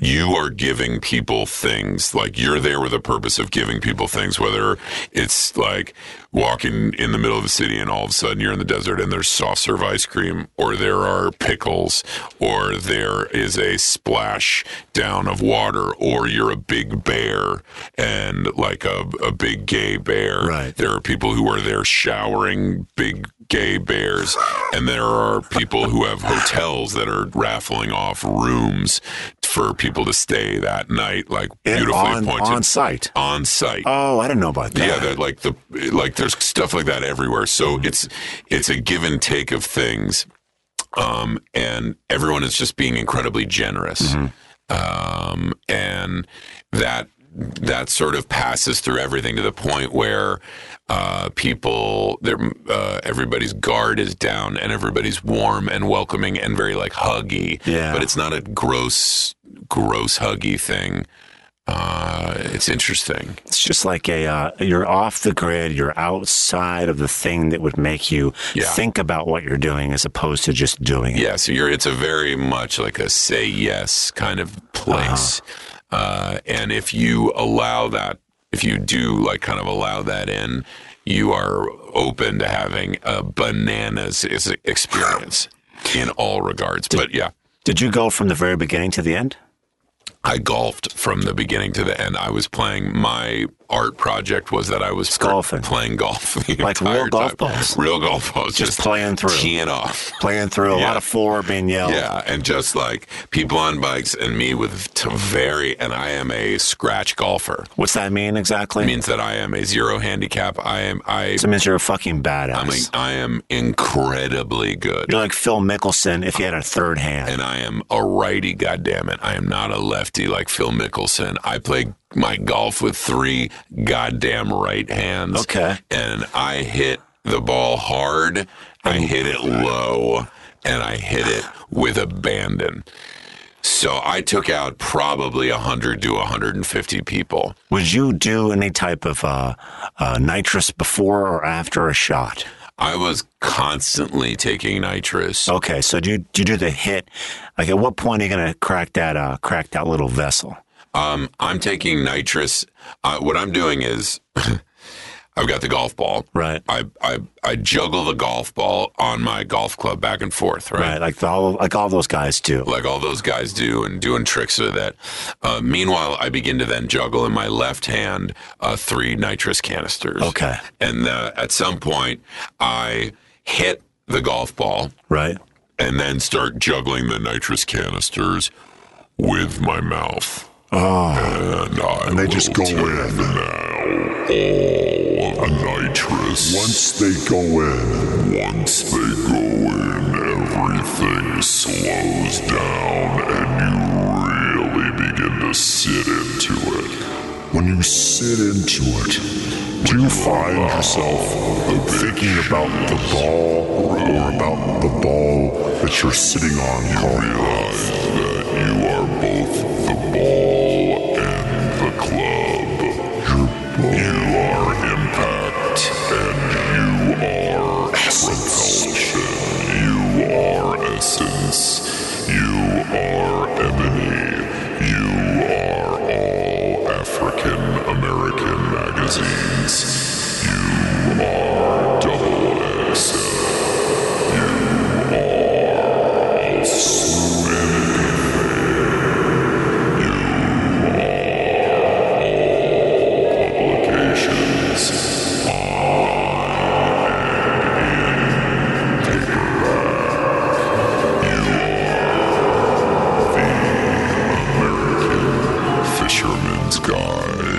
You are giving people things like you're there with a purpose of giving people things, whether it's like walking in the middle of the city and all of a sudden you're in the desert and there's soft serve ice cream or there are pickles or there is a splash down of water or you're a big bear and like a, a big gay bear right there are people who are there showering big gay bears and there are people who have hotels that are raffling off rooms for people to stay that night like beautifully
on-
pointed
on site.
on site
Oh, I didn't know about that.
yeah, that like the like there's stuff like that everywhere. So it's it's a give and take of things, um, and everyone is just being incredibly generous,
Mm-hmm.
um, and that that sort of passes through everything to the point where uh, people, their uh, everybody's guard is down, and everybody's warm and welcoming and very like huggy. Yeah, but it's not a gross gross huggy thing. Uh, it's interesting.
It's just like a uh, you're off the grid, you're outside of the thing that would make you think about what you're doing as opposed to just doing it.
Yeah, so you're it's a very much like a say yes kind of place.
Uh-huh.
uh and if you allow that, if you do like kind of allow that in, you are open to having a bananas is- experience in all regards. but yeah,
Did you go from the very beginning to the end?
I golfed from the beginning to the end. I was playing. My art project was that I was golfing. playing golf, the
Like real
entire time.
golf balls.
real golf balls, just,
playing through.
teeing off,
playing through a lot of four being yelled.
Yeah, and just like people on bikes and me with to very, and I am a scratch golfer.
What's that mean exactly?
It means that I am a zero handicap. I am I.
So it means you're a fucking badass.
I'm a, I am incredibly good.
You're like Phil Mickelson if he had a third hand.
And I am a righty, goddammit. I am not a lefty like Phil Mickelson. I play my golf with three goddamn right hands. Okay. And I hit the ball hard, I hit it low, and I hit it with abandon. So I took out probably 100 to 150 people.
Would you do any type of uh, uh, nitrous before or after a shot?
I was constantly taking nitrous.
Okay, so do you, do you do the hit? Like, at what point are you gonna crack that uh, crack that little vessel?
Um, I'm taking nitrous. Uh, what I'm doing is, I've got the golf ball.
Right.
I, I I juggle the golf ball on my golf club back and forth. Right.
Like the, all like all those guys do.
Like all those guys do, and doing tricks with that. Uh, meanwhile, I begin to then juggle in my left hand uh, three nitrous canisters.
Okay.
And uh, at some point, I hit the golf ball.
Right.
And then start juggling the nitrous canisters with my mouth.
Oh.
And, I
they just go in.
All of nitrous.
Once they go in. Once they go in, everything slows down and you really begin to sit into it. When you sit into it, do you find yourself thinking about the ball or about the ball that you're sitting on? You realize that you are both the ball and the club. You're, you are impact and you are propulsion. You are essence. You are ebony. You are all African American magazines. You are double XL. You are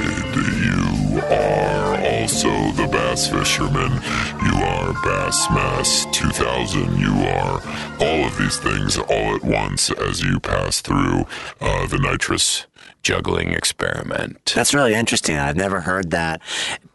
You are also the bass fisherman. You are Bassmass 2000. You are all of these things all at once as you pass through uh, the nitrous juggling experiment.
That's really interesting. I've never heard that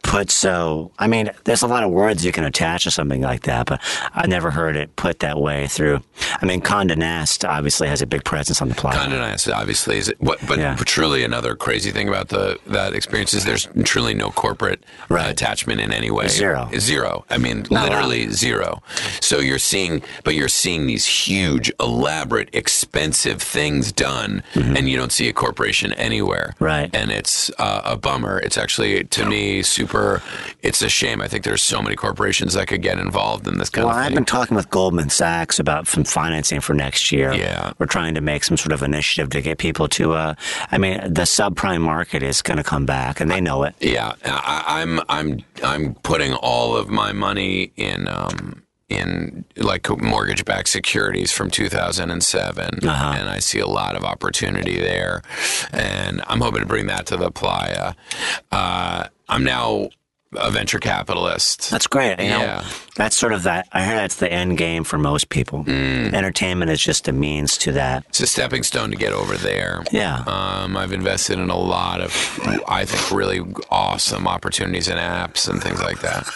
put so. I mean, there's a lot of words you can attach to something like that, but I never heard it put that way through. I mean, Condé Nast obviously has a big presence on the plot.
Condé Nast obviously is what, but
Yeah.
truly another crazy thing about the that experience is there's truly no corporate uh, attachment in any way.
Zero.
Zero. I mean, literally zero. So you're seeing, but you're seeing these huge, elaborate, expensive things done,
Mm-hmm.
and you don't see a corporation anywhere. Right. And it's uh, a bummer. It's actually, to me, super. It's a shame. I think there's so many corporations that could get involved in this kind
Well,
of thing.
I've been talking with Goldman Sachs about some financing for next year. Yeah. We're trying to make some sort of initiative to get people to, uh, I mean, the subprime market is going to come back and they know it.
Yeah, I, I'm I'm I'm putting all of my money in um in like mortgage-backed securities from 2007,
Uh-huh.
and I see a lot of opportunity there, and I'm hoping to bring that to the playa. Uh, I'm now a venture capitalist.
That's great. You know,
Yeah.
that's sort of that. I heard that's the end game for most people. Entertainment is just a means to that.
It's a stepping stone to get over there.
Yeah.
Um, I've invested in a lot of, I think, really awesome opportunities and apps and things like that.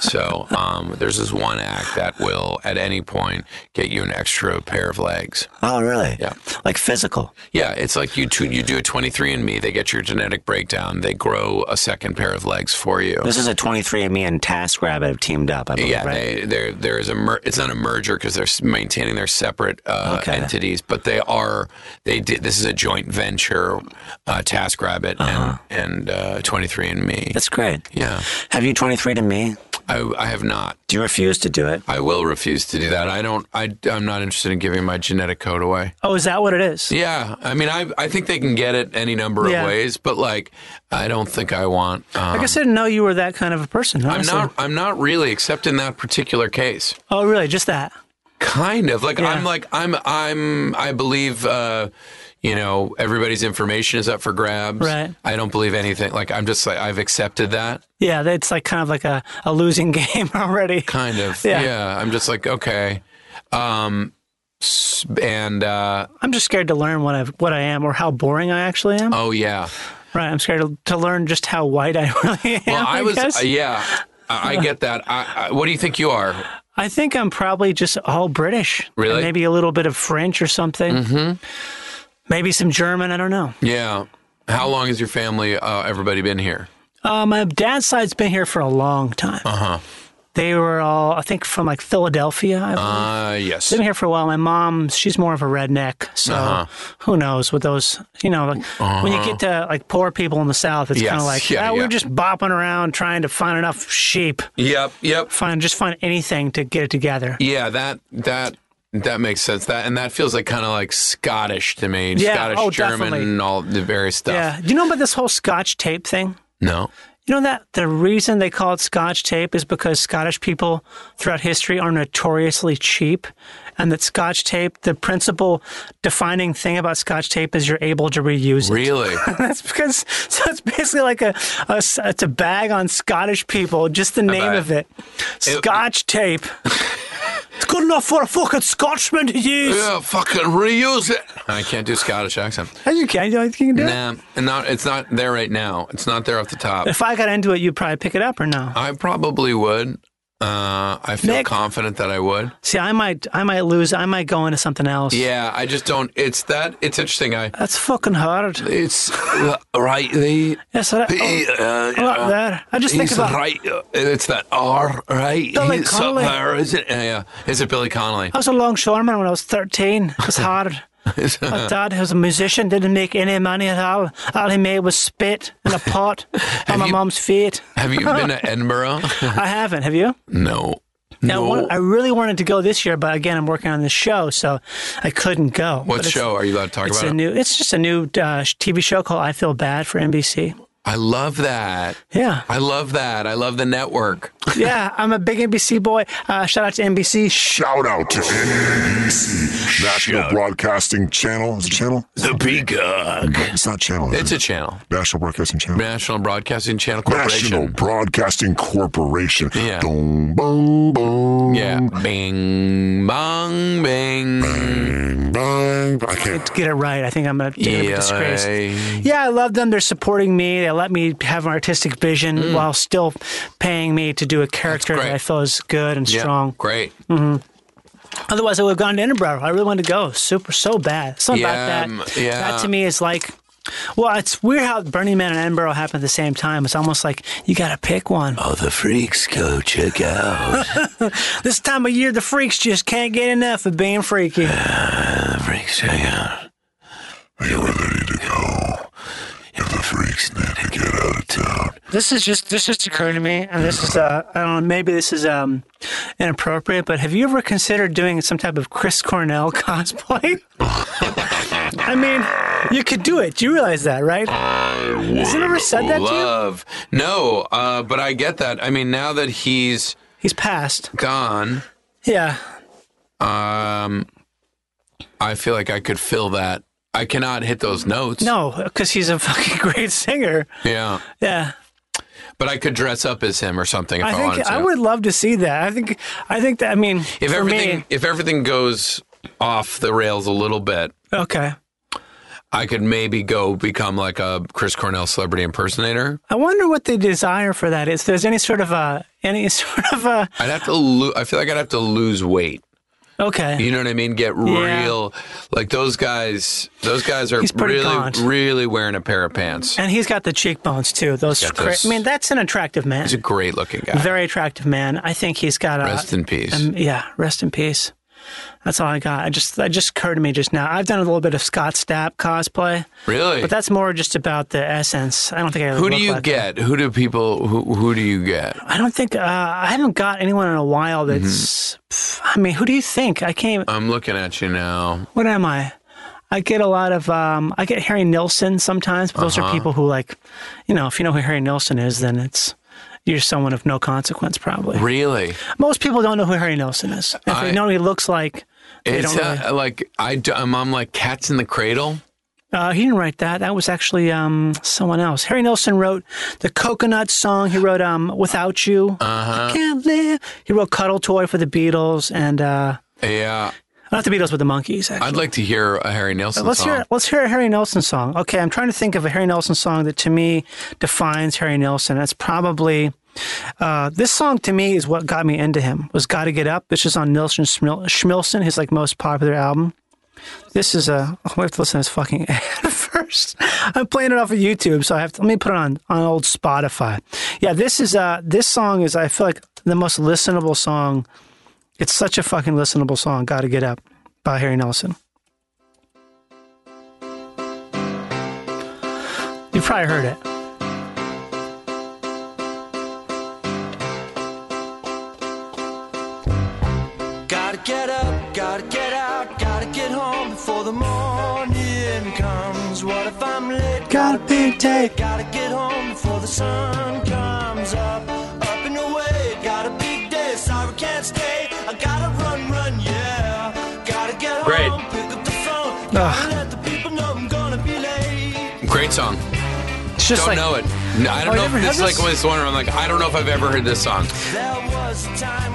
So um, there's this one act that will, at any point, get you an extra pair of legs.
Oh, really?
Yeah.
Like physical.
Yeah, it's like you tw- you do a 23andMe. They get your genetic breakdown. They grow a second pair of legs for you.
This is a 23andMe and TaskRabbit have teamed up, I believe,
Yeah,
right?
they, there there is a mer- it's not a merger because they're s- maintaining their separate uh, entities, but they are they did this is a joint venture, uh, TaskRabbit and and uh, 23andMe.
Uh-huh. That's great.
Yeah,
Have you 23andMe?
I, I have not.
Do you refuse to do it?
I will refuse to do that. I don't. I I'm not interested in giving my genetic code away.
Oh, is that what it is?
Yeah, I mean, I I think they can get it any number
Yeah.
of ways, but like, I don't think I want. Um,
I guess I didn't know you were that kind of a person.
I'm
Honestly.
not. I'm not really, except in that particular case.
Oh, really? Just that?
kind of like
Yeah.
i'm like i'm i'm i believe uh you know everybody's information is up for grabs
Right.
i don't believe anything like i'm just like i've accepted that
Yeah, it's like kind of like a, a losing game already.
kind of
Yeah.
yeah, i'm just like okay um s- and uh
I'm just scared to learn what I what I am or how boring I actually am.
oh yeah
Right, I'm scared to, to learn just how white I really am.
well i was
guess.
uh, yeah I, I get that I, I what do you think you are
I think I'm probably just all British. and
Really?
maybe a little bit of French or something.
Mhm.
Maybe some German. I don't know.
yeah how long has your family uh everybody been here
Uh, my dad's side's been here for a long time.
uh-huh
They were all, I think, from like Philadelphia. I believe.
uh yes
Been here for a while. My mom, she's more of a redneck, so
Uh-huh.
who knows with those? You know, like, when you
Uh-huh.
get to like poor people in the South, it's
Yes.
kind of like
Yeah,
"Ah,
yeah.
we're just bopping around trying to find enough sheep,
yep yep
find just find anything to get it together.
Yeah, that that that makes sense. That and that feels like kind of like Scottish to me.
Yeah,
Scottish,
oh,
German,
definitely.
and all the various stuff.
Yeah, do you know about this whole Scotch tape thing?
No.
You know that the reason they call it Scotch tape is because Scottish people throughout history are notoriously cheap, and that Scotch tape, the principal defining thing about Scotch tape is you're able to reuse it.
Really?
That's because so it's basically like a, a s- it's a bag on Scottish people. Just the name
bet.
of it, Scotch tape. it's good enough for a fucking Scotchman to use.
Yeah, fucking reuse it. I can't do Scottish accent.
Oh, You can, you think you can do it.
Nah, and not it's not there right now. It's not there off the top.
If I got into it, you'd probably pick it up or no.
I probably would. Uh, I feel
Nick.
confident that I would.
See, I might, I might lose. I might go into something else.
Yeah, I just don't. It's that. It's interesting. I.
That's fucking hard.
It's Uh, right. The
Yes, I,
He,
oh,
uh,
I like
uh,
that. I just think
he's
about
right. uh, It's that R, right?
Billy
He's
Connolly.
somewhere, is it? Yeah, yeah. Is it Billy Connolly?
I was a longshoreman when I was 13. It was hard. My dad, who was a musician, didn't make any money at all. All he made was spit in a pot on my mom's feet.
Have you been to Edinburgh?
I haven't. Have you?
no.
Now, I,
No.
wa- I really wanted to go this year, but again, I'm working on this show, so I couldn't go.
What
But it's-
show are you allowed to talk
It's
about?
a
it?
new. It's just a new uh, TV show called "I Feel Bad" for NBC.
I love that.
Yeah.
I love that. I love the network.
yeah, I'm a big NBC boy. Uh, shout out to NBC.
Shout out to NBC, National Broadcasting Channel. Is it channel?
The Peacock.
It's not channel. is
It's
it?
a channel.
National Broadcasting Channel.
National Broadcasting Channel Corporation.
National Broadcasting Corporation.
Yeah.
Boom, boom, boom.
Yeah. Bing, bong, bing.
Bang, bang. I can't.
Get it right. I think I'm going to be disgraced.
Yeah.
Yeah, I love them. They're supporting me. They let me have an artistic vision while still paying me to do a character that
Mm. great.
I feel is good and
Yeah,
strong.
Great.
hmm Otherwise, I would have gone to Interboro. I really wanted to go. Super, so bad. Something
Yeah, um,
about that.
yeah.
That to me is like, well, it's weird how Burning Man and Edinburgh happen at the same time. It's almost like you got to pick one.
All the freaks go check out.
this time of year, the freaks just can't get enough of being freaky.
the freaks check out. Are you ready to go? If the freaks need to get out of town.
This is just this just occurred to me, and this is uh, I don't know, maybe this is um inappropriate, but have you ever considered doing some type of Chris Cornell cosplay? I mean, you could do it. You realize that, right? Has it ever said that to you?
Love. No, uh, but I get that. I mean, now that he's
he's passed,
gone,
Yeah,
um, I feel like I could fill that. I cannot hit those notes.
no, because he's a fucking great singer.
Yeah,
Yeah,
but I could dress up as him or something if I,
I
wanted
think
to.
I would love to see that. I think I think that I mean
if
for
everything
me,
if everything goes off the rails a little bit,
okay.
I could maybe go become like a Chris Cornell celebrity impersonator.
I wonder what the desire for that is. If there's any sort of a any sort of uh, a
I'd have to. Lo- I feel like I'd have to lose weight.
okay.
You know what I mean? Get
Yeah.
real. Like those guys. Those guys are
He's pretty
really,
gaunt.
really wearing a pair of pants.
And he's got the cheekbones too. Those,
He's got
cra-
those-
I mean, that's an attractive man.
He's a great looking guy.
Very attractive man. I think he's got a
Rest in peace.
um, yeah, rest in peace. That's all I got. I just that just occurred to me just now. I've done a little bit of Scott Stapp cosplay.
Really?
But that's more just about the essence. I don't think I
who
look
do you
like that.
get? Who do people? Who who do you get?
I don't think uh, I haven't got anyone in a while
Mm-hmm.
that's pff, I mean, who do you think? I can't even-
I'm looking at you now.
what am I? I get a lot of um, I get Harry Nilsson sometimes, but those
Uh-huh.
are people who like you know, if you know who Harry Nilsson is, then it's you're someone of no consequence probably.
Really?
Most people don't know who Harry Nilsson is. If
I-
they know what he looks like, they
It's
don't really.
uh, like I, d- I'm on like Cats in the Cradle.
Uh, he didn't write that. That was actually um, someone else. Harry Nilsson wrote the Coconut song. He wrote um, "Without You."
Uh huh.
Can't live. He wrote "Cuddle Toy" for the Beatles, and uh,
Yeah.
not the Beatles, but the Monkeys. Actually.
I'd like to hear a Harry Nelson
let's
song.
hear let's hear a Harry Nilsson song. Okay, I'm trying to think of a Harry Nilsson song that to me defines Harry Nilsson. It's probably uh, this song to me is what got me into him. Was "Got to Get Up." This is on Nilsson Schmil- Schmilson, his like most popular album. This is a. I have to listen to this fucking ad first. I'm playing it off of YouTube, so I have to. Let me put it on on old Spotify. Yeah, this is uh this song is I feel like the most listenable song. It's such a fucking listenable song. "Got to Get Up" by Harry Nilsson. You've probably heard it.
Gotta get up, gotta get out, gotta get home before the morning comes. What if I'm late?
Got a big day.
Gotta get home before the sun comes up. Up and away, got a big day. Sorry, can't stay. I gotta run, run, yeah. Gotta get
Great.
home, pick up the phone.
Ugh.
Let the people know I'm gonna be late.
Great song.
It's just
don't
like-
know it. No, I
Oh,
don't
you
know
never
if this is
heard
like
this?
one of those one where I'm like, I don't know if I've ever heard this song.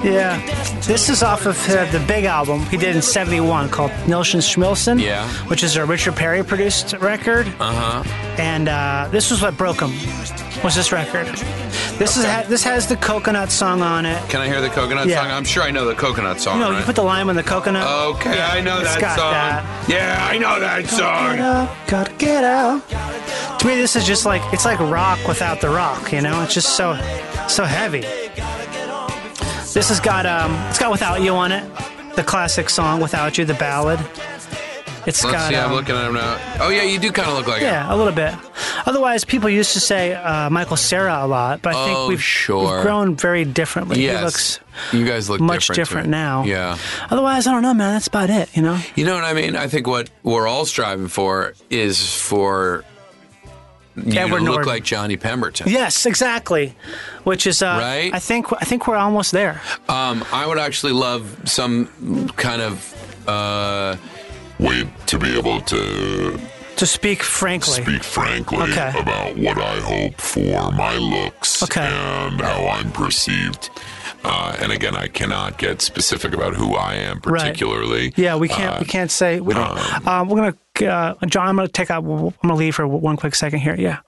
Yeah. This is off of uh, the big album he did in 71 called Nilsson Schmilson,
Yeah.
which is a Richard Perry produced record.
Uh huh.
And uh, this was what broke him, was this record. This, is ha- this has the coconut song on it.
Can I hear the coconut
Yeah.
song? I'm sure I know the coconut song.
You know,
right?
you put the lime on the coconut.
okay,
Yeah,
I know
it's
that
got
song.
that.
Yeah, I know that
Gotta
song.
uh,
get up, gotta get up. To me, this is just like it's like rock without the rock. You know, it's just so so heavy. This has got um, it's got without you on it, the classic song without you, the ballad. It's
Let's
got
see. I'm
um,
looking at him now. Oh yeah, you do kind of look like it.
yeah, a little bit. Otherwise, people used to say uh, Michael Sarah a lot, but I think
Oh,
we've,
sure.
we've grown very differently.
Yes.
He looks.
you guys look
much
different, to
different
me.
now.
Yeah.
Otherwise, I don't know, man. That's about it. You know.
You know what I mean? I think what we're all striving for is for you
Edward
look
Norton.
like Johnny Pemberton.
Yes, exactly. Which is uh,
Right?
I think I think we're almost there.
Um, I would actually love some kind of uh,
way to be able to
To speak frankly.
speak frankly
Okay.
about what I hope for my looks and how I'm perceived. Uh, and again, I cannot get specific about who I am
Right.
particularly.
Yeah, we can't
Uh,
we can't say we don't. Um, we're gonna uh, John. I'm gonna take out. I'm gonna leave for one quick second here. Yeah.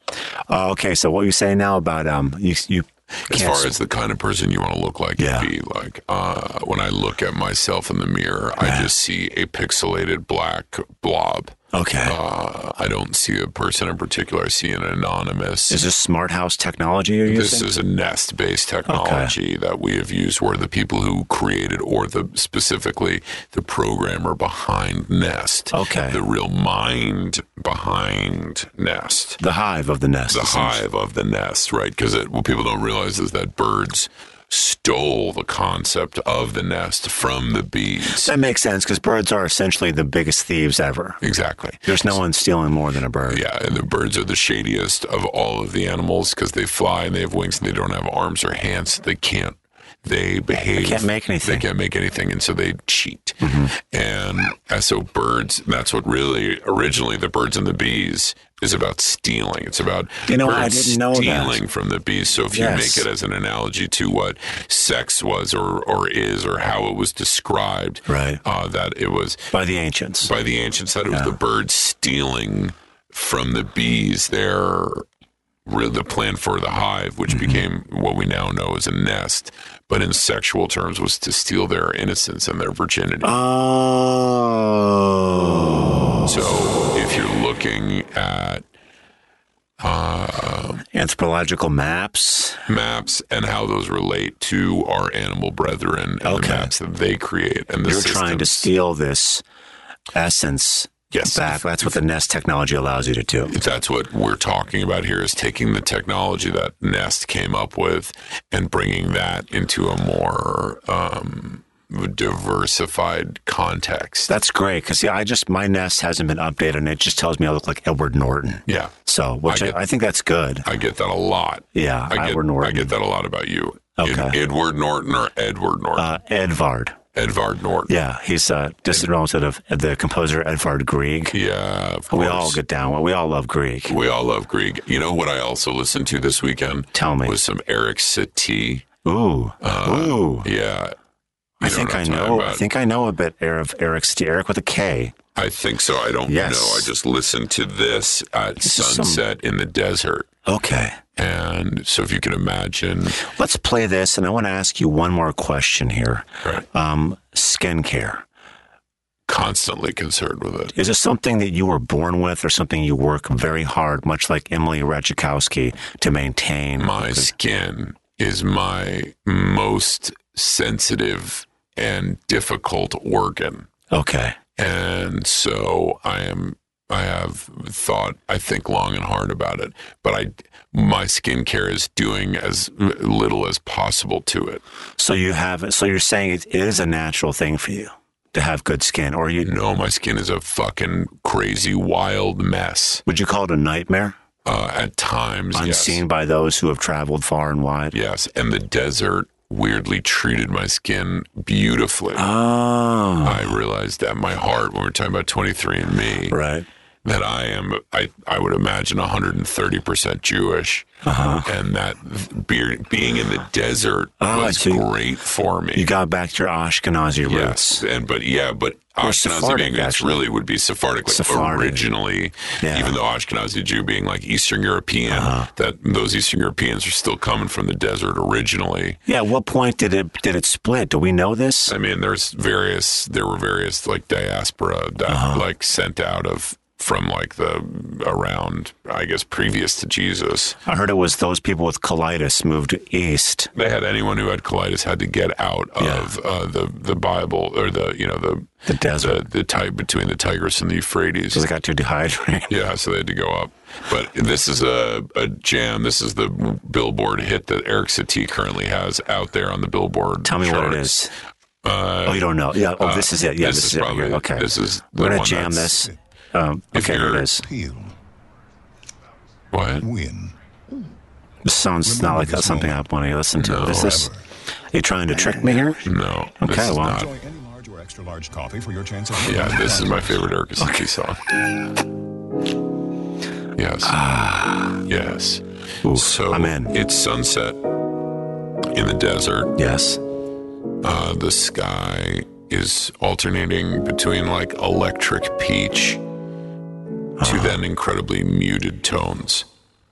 Oh, okay, so what you saying now about um, you you
as
can't
far as the kind of person you want to look like and be like uh, when i look at myself in the mirror i just see a pixelated black blob
okay
uh, i don't see a person in particular i see an anonymous
Is this smart house technology you're
this
using?
is a nest based technology that we have used where the people who created or the specifically the programmer behind nest
Okay.
the real mind behind nest
the hive of the nest
the
essentially.
hive of the nest right because what people don't realize is that birds stole the concept of the nest from the bees
that makes sense because birds are essentially the biggest thieves ever.
Exactly.
There's no one stealing more than a bird.
Yeah, and the birds are the shadiest of all of the animals because they fly and they have wings and they don't have arms or hands. They can't. They behave. They
can't make anything. Mm-hmm.
They can't make anything, and so they cheat. And uh, so birds. That's what really originally the birds and the bees is about stealing. It's about
You know, I
birds
didn't know that.
stealing from the bees. So if
Yes.
you make it as an analogy to what sex was or or is or how it was described, right? Uh, that it was
by the ancients.
By the ancients, that it was the birds stealing from the bees their re- the plan for the hive, which
Mm-hmm.
became what we now know as a nest, but in sexual terms was to steal their innocence and their virginity.
Oh.
So if you're looking at uh,
anthropological maps,
maps, and how those relate to our animal brethren and the maps that they create, and the
You're trying to
systems.
steal this essence
yes.
back. That's what the nest technology allows you to do.
That's what we're talking about here is taking the technology that Nest came up with and bringing that into a more um, diversified context.
That's great because yeah, I just my nest hasn't been updated, and it just tells me I look like Edward Norton.
Yeah.
So, which I,
get-
I think that's good.
I get that a lot.
Yeah,
I get,
Edward Norton.
I get that a lot about you.
Okay.
Ed- Edward Norton or Edward Norton?
Uh, Edvard.
Edvard Norton.
Yeah, he's a distant relative of the composer Edvard Grieg.
Yeah, of
we
course.
all get down. with We all love Grieg.
We all love Grieg. You know what I also listened to this weekend?
Tell me.
Was some Eric Satie.
Ooh, ooh.
Yeah.
I
You know Uh, what I'm
think I
talking
know. I
about.
think I know a bit of Eric Satie. Eric with a K.
I think so. I don't
Yes.
know. I just listened to this at
is some-
sunset in the desert.
Okay.
And so if you can imagine,
Let's play this, and I want to ask you one more question here.
Right.
Um, skincare.
constantly concerned with it.
Is it something that you were born with or something you work very hard, much like Emily Ratajkowski, to maintain?
My skin is my most sensitive and difficult organ.
Okay.
And so I am I have thought I think long and hard about it, but I my skincare is doing as little as possible to it.
So you have, so you're saying it is a natural thing for you to have good skin, or you,
No, my skin is a fucking crazy wild mess.
would you call it a nightmare?
Uh, at times, yes.
Unseen by those who have traveled far and wide.
Yes, and the desert weirdly treated my skin beautifully.
Oh,
I realized that my heart, when we're talking about 23 and me,
right.
that I am, I, I would imagine 130% Jewish.
Uh-huh.
And that be, being in the desert
Oh, I
was
see.
great for me.
You got back to your Ashkenazi roots.
Yes, and but yeah, but
Or
Ashkenazi
Sephardic,
being it's
actually.
really would be Sephardic, like
Sephardic.
originally.
Yeah. Uh-huh.
Even though Ashkenazi Jew being like Eastern European, that those Eastern Europeans are still coming from the desert originally.
Yeah. At what point did it did it split? Do we know this?
I mean, there's various. There were various like diaspora that like sent out of from like the around, I guess, previous to Jesus.
I heard it was those people with colitis moved east.
They had anyone who had colitis had to get out of uh, the the Bible or the you know the
The desert.
the, the type between the Tigris and the Euphrates.
because they got too dehydrated.
Yeah, so they had to go up. But this is a, a jam. This is the billboard hit that Eric Satie currently has out there on the billboard.
Tell me what it
charts. Uh,
is. oh, you don't know. Yeah. Oh, this is it. Yeah,
this
this,
is
is, it. right here.
probably-
Okay.
this is the
We're gonna
one
jam
that's-
this. Um,
If
okay, here
you're-
it is.
What?
Win.
This sounds not like that's something I want to listen to.
No.
Is this? Are you trying to trick me here?
No.
Okay,
this is
well.
not-
Enjoy any large or extra large coffee for your chance of
Yeah, this is my favorite Eric Sinclair song. Yes. yes. so I'm in. It's sunset in the desert.
Yes.
Uh, the sky is alternating between like electric peach to then incredibly muted tones.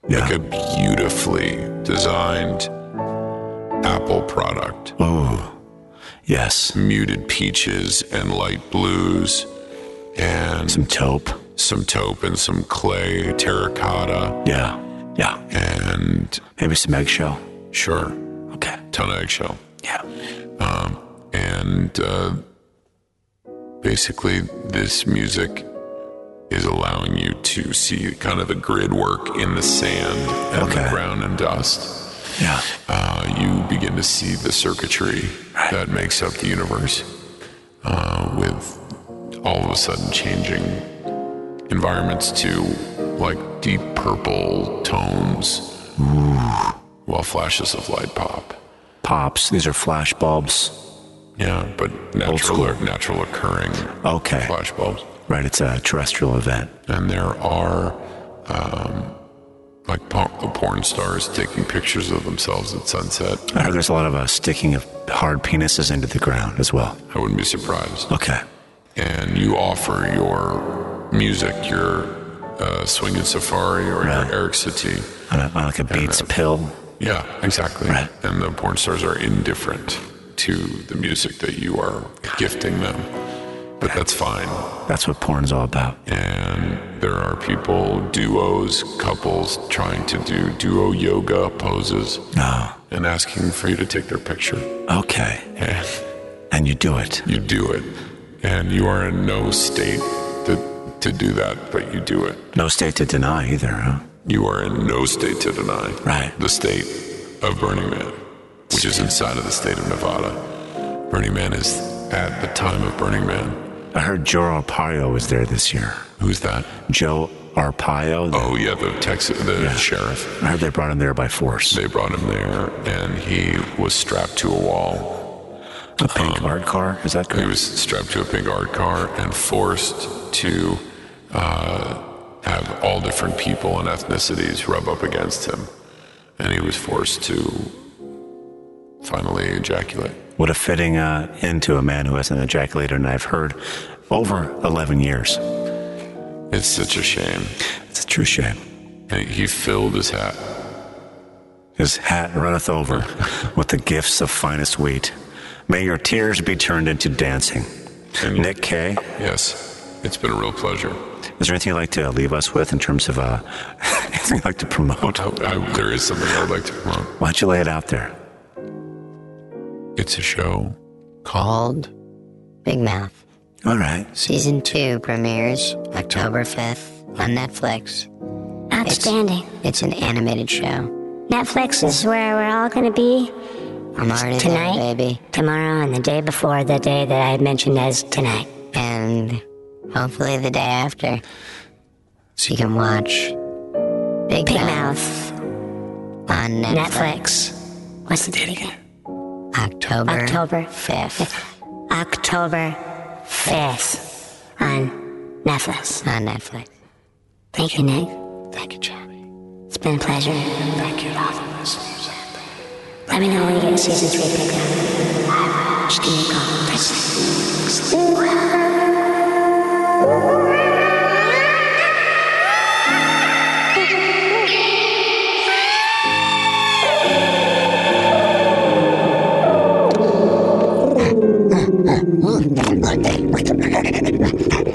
Like a beautifully designed Apple product.
Oh, yes.
Muted peaches and light blues and some
taupe.
Some taupe and some clay terracotta.
Yeah. Yeah.
And
maybe some eggshell.
Sure.
Okay.
Ton of eggshell.
Yeah.
Um, and uh, basically, this music is allowing you to see kind of the grid work in the sand and the ground and dust.
Yeah.
Uh, you begin to see the circuitry that makes up the universe uh, with all of a sudden changing environments to like deep purple tones while flashes of light pop.
Pops. These are flash bulbs.
Yeah, but natural, natural occurring
Okay.
flash bulbs.
Right. It's a terrestrial event.
And there are um, like po- porn stars taking pictures of themselves at sunset.
I heard there's a lot of uh, sticking of hard penises into the ground as well.
I wouldn't be surprised.
Okay.
And you offer your music, your uh, swing and safari, or your Eric Satie.
On, a, on like a beats pill.
Yeah, exactly. And the porn stars are indifferent to the music that you are gifting them. But that's fine.
That's what porn's all about.
And there are people, duos, couples trying to do duo yoga poses
Oh.
and asking for you to take their picture.
Okay.
And,
and you do it.
You do it. And you are in no state to, to do that, but you do it.
No state to deny either, huh?
You are in no state to deny
right.
the state of Burning Man, which is inside of the state of Nevada. Burning Man is at the time of Burning Man.
I heard Joe Arpaio was there this year.
Who's that?
Joe Arpaio.
Oh yeah, the Texas, the sheriff.
I heard they brought him there by force.
They brought him there, and he was strapped to a wall.
A pink art car? Is that
correct? He Um, was strapped to a pink art car and forced to uh, have all different people and ethnicities rub up against him, and he was forced to finally ejaculate.
What a fitting uh, end to a man who hasn't ejaculated, and I've heard over 11 years.
It's such a shame.
It's a true shame.
And he filled his hat.
His hat runneth over with the gifts of finest wheat. May your tears be turned into dancing. Nick Kay.
Yes, it's been a real pleasure.
Is there anything you'd like to leave us with in terms of uh, anything you'd like to promote?
I, Oh, there is something I would like to promote.
Why don't you lay it out there?
It's a show.
Called Big Mouth.
All right.
Season 2 premieres October 5th on Netflix.
Outstanding.
It's an animated show.
Netflix is where we're all going to be
I'm already
tonight,
there, baby.
tomorrow, and the day before the day that I had mentioned as tonight.
And hopefully the day after. So you can watch Big,
Big
Mouth, on Netflix.
What's the date again?
October,
October
5th.
October 5th on Netflix.
On Netflix.
Thank you, Nick.
Thank you, Johnny.
It's been a pleasure.
Thank you to all the listeners out there.
Let me know when you get season three picked up. I will. Just give me a call. Thanks.
Well,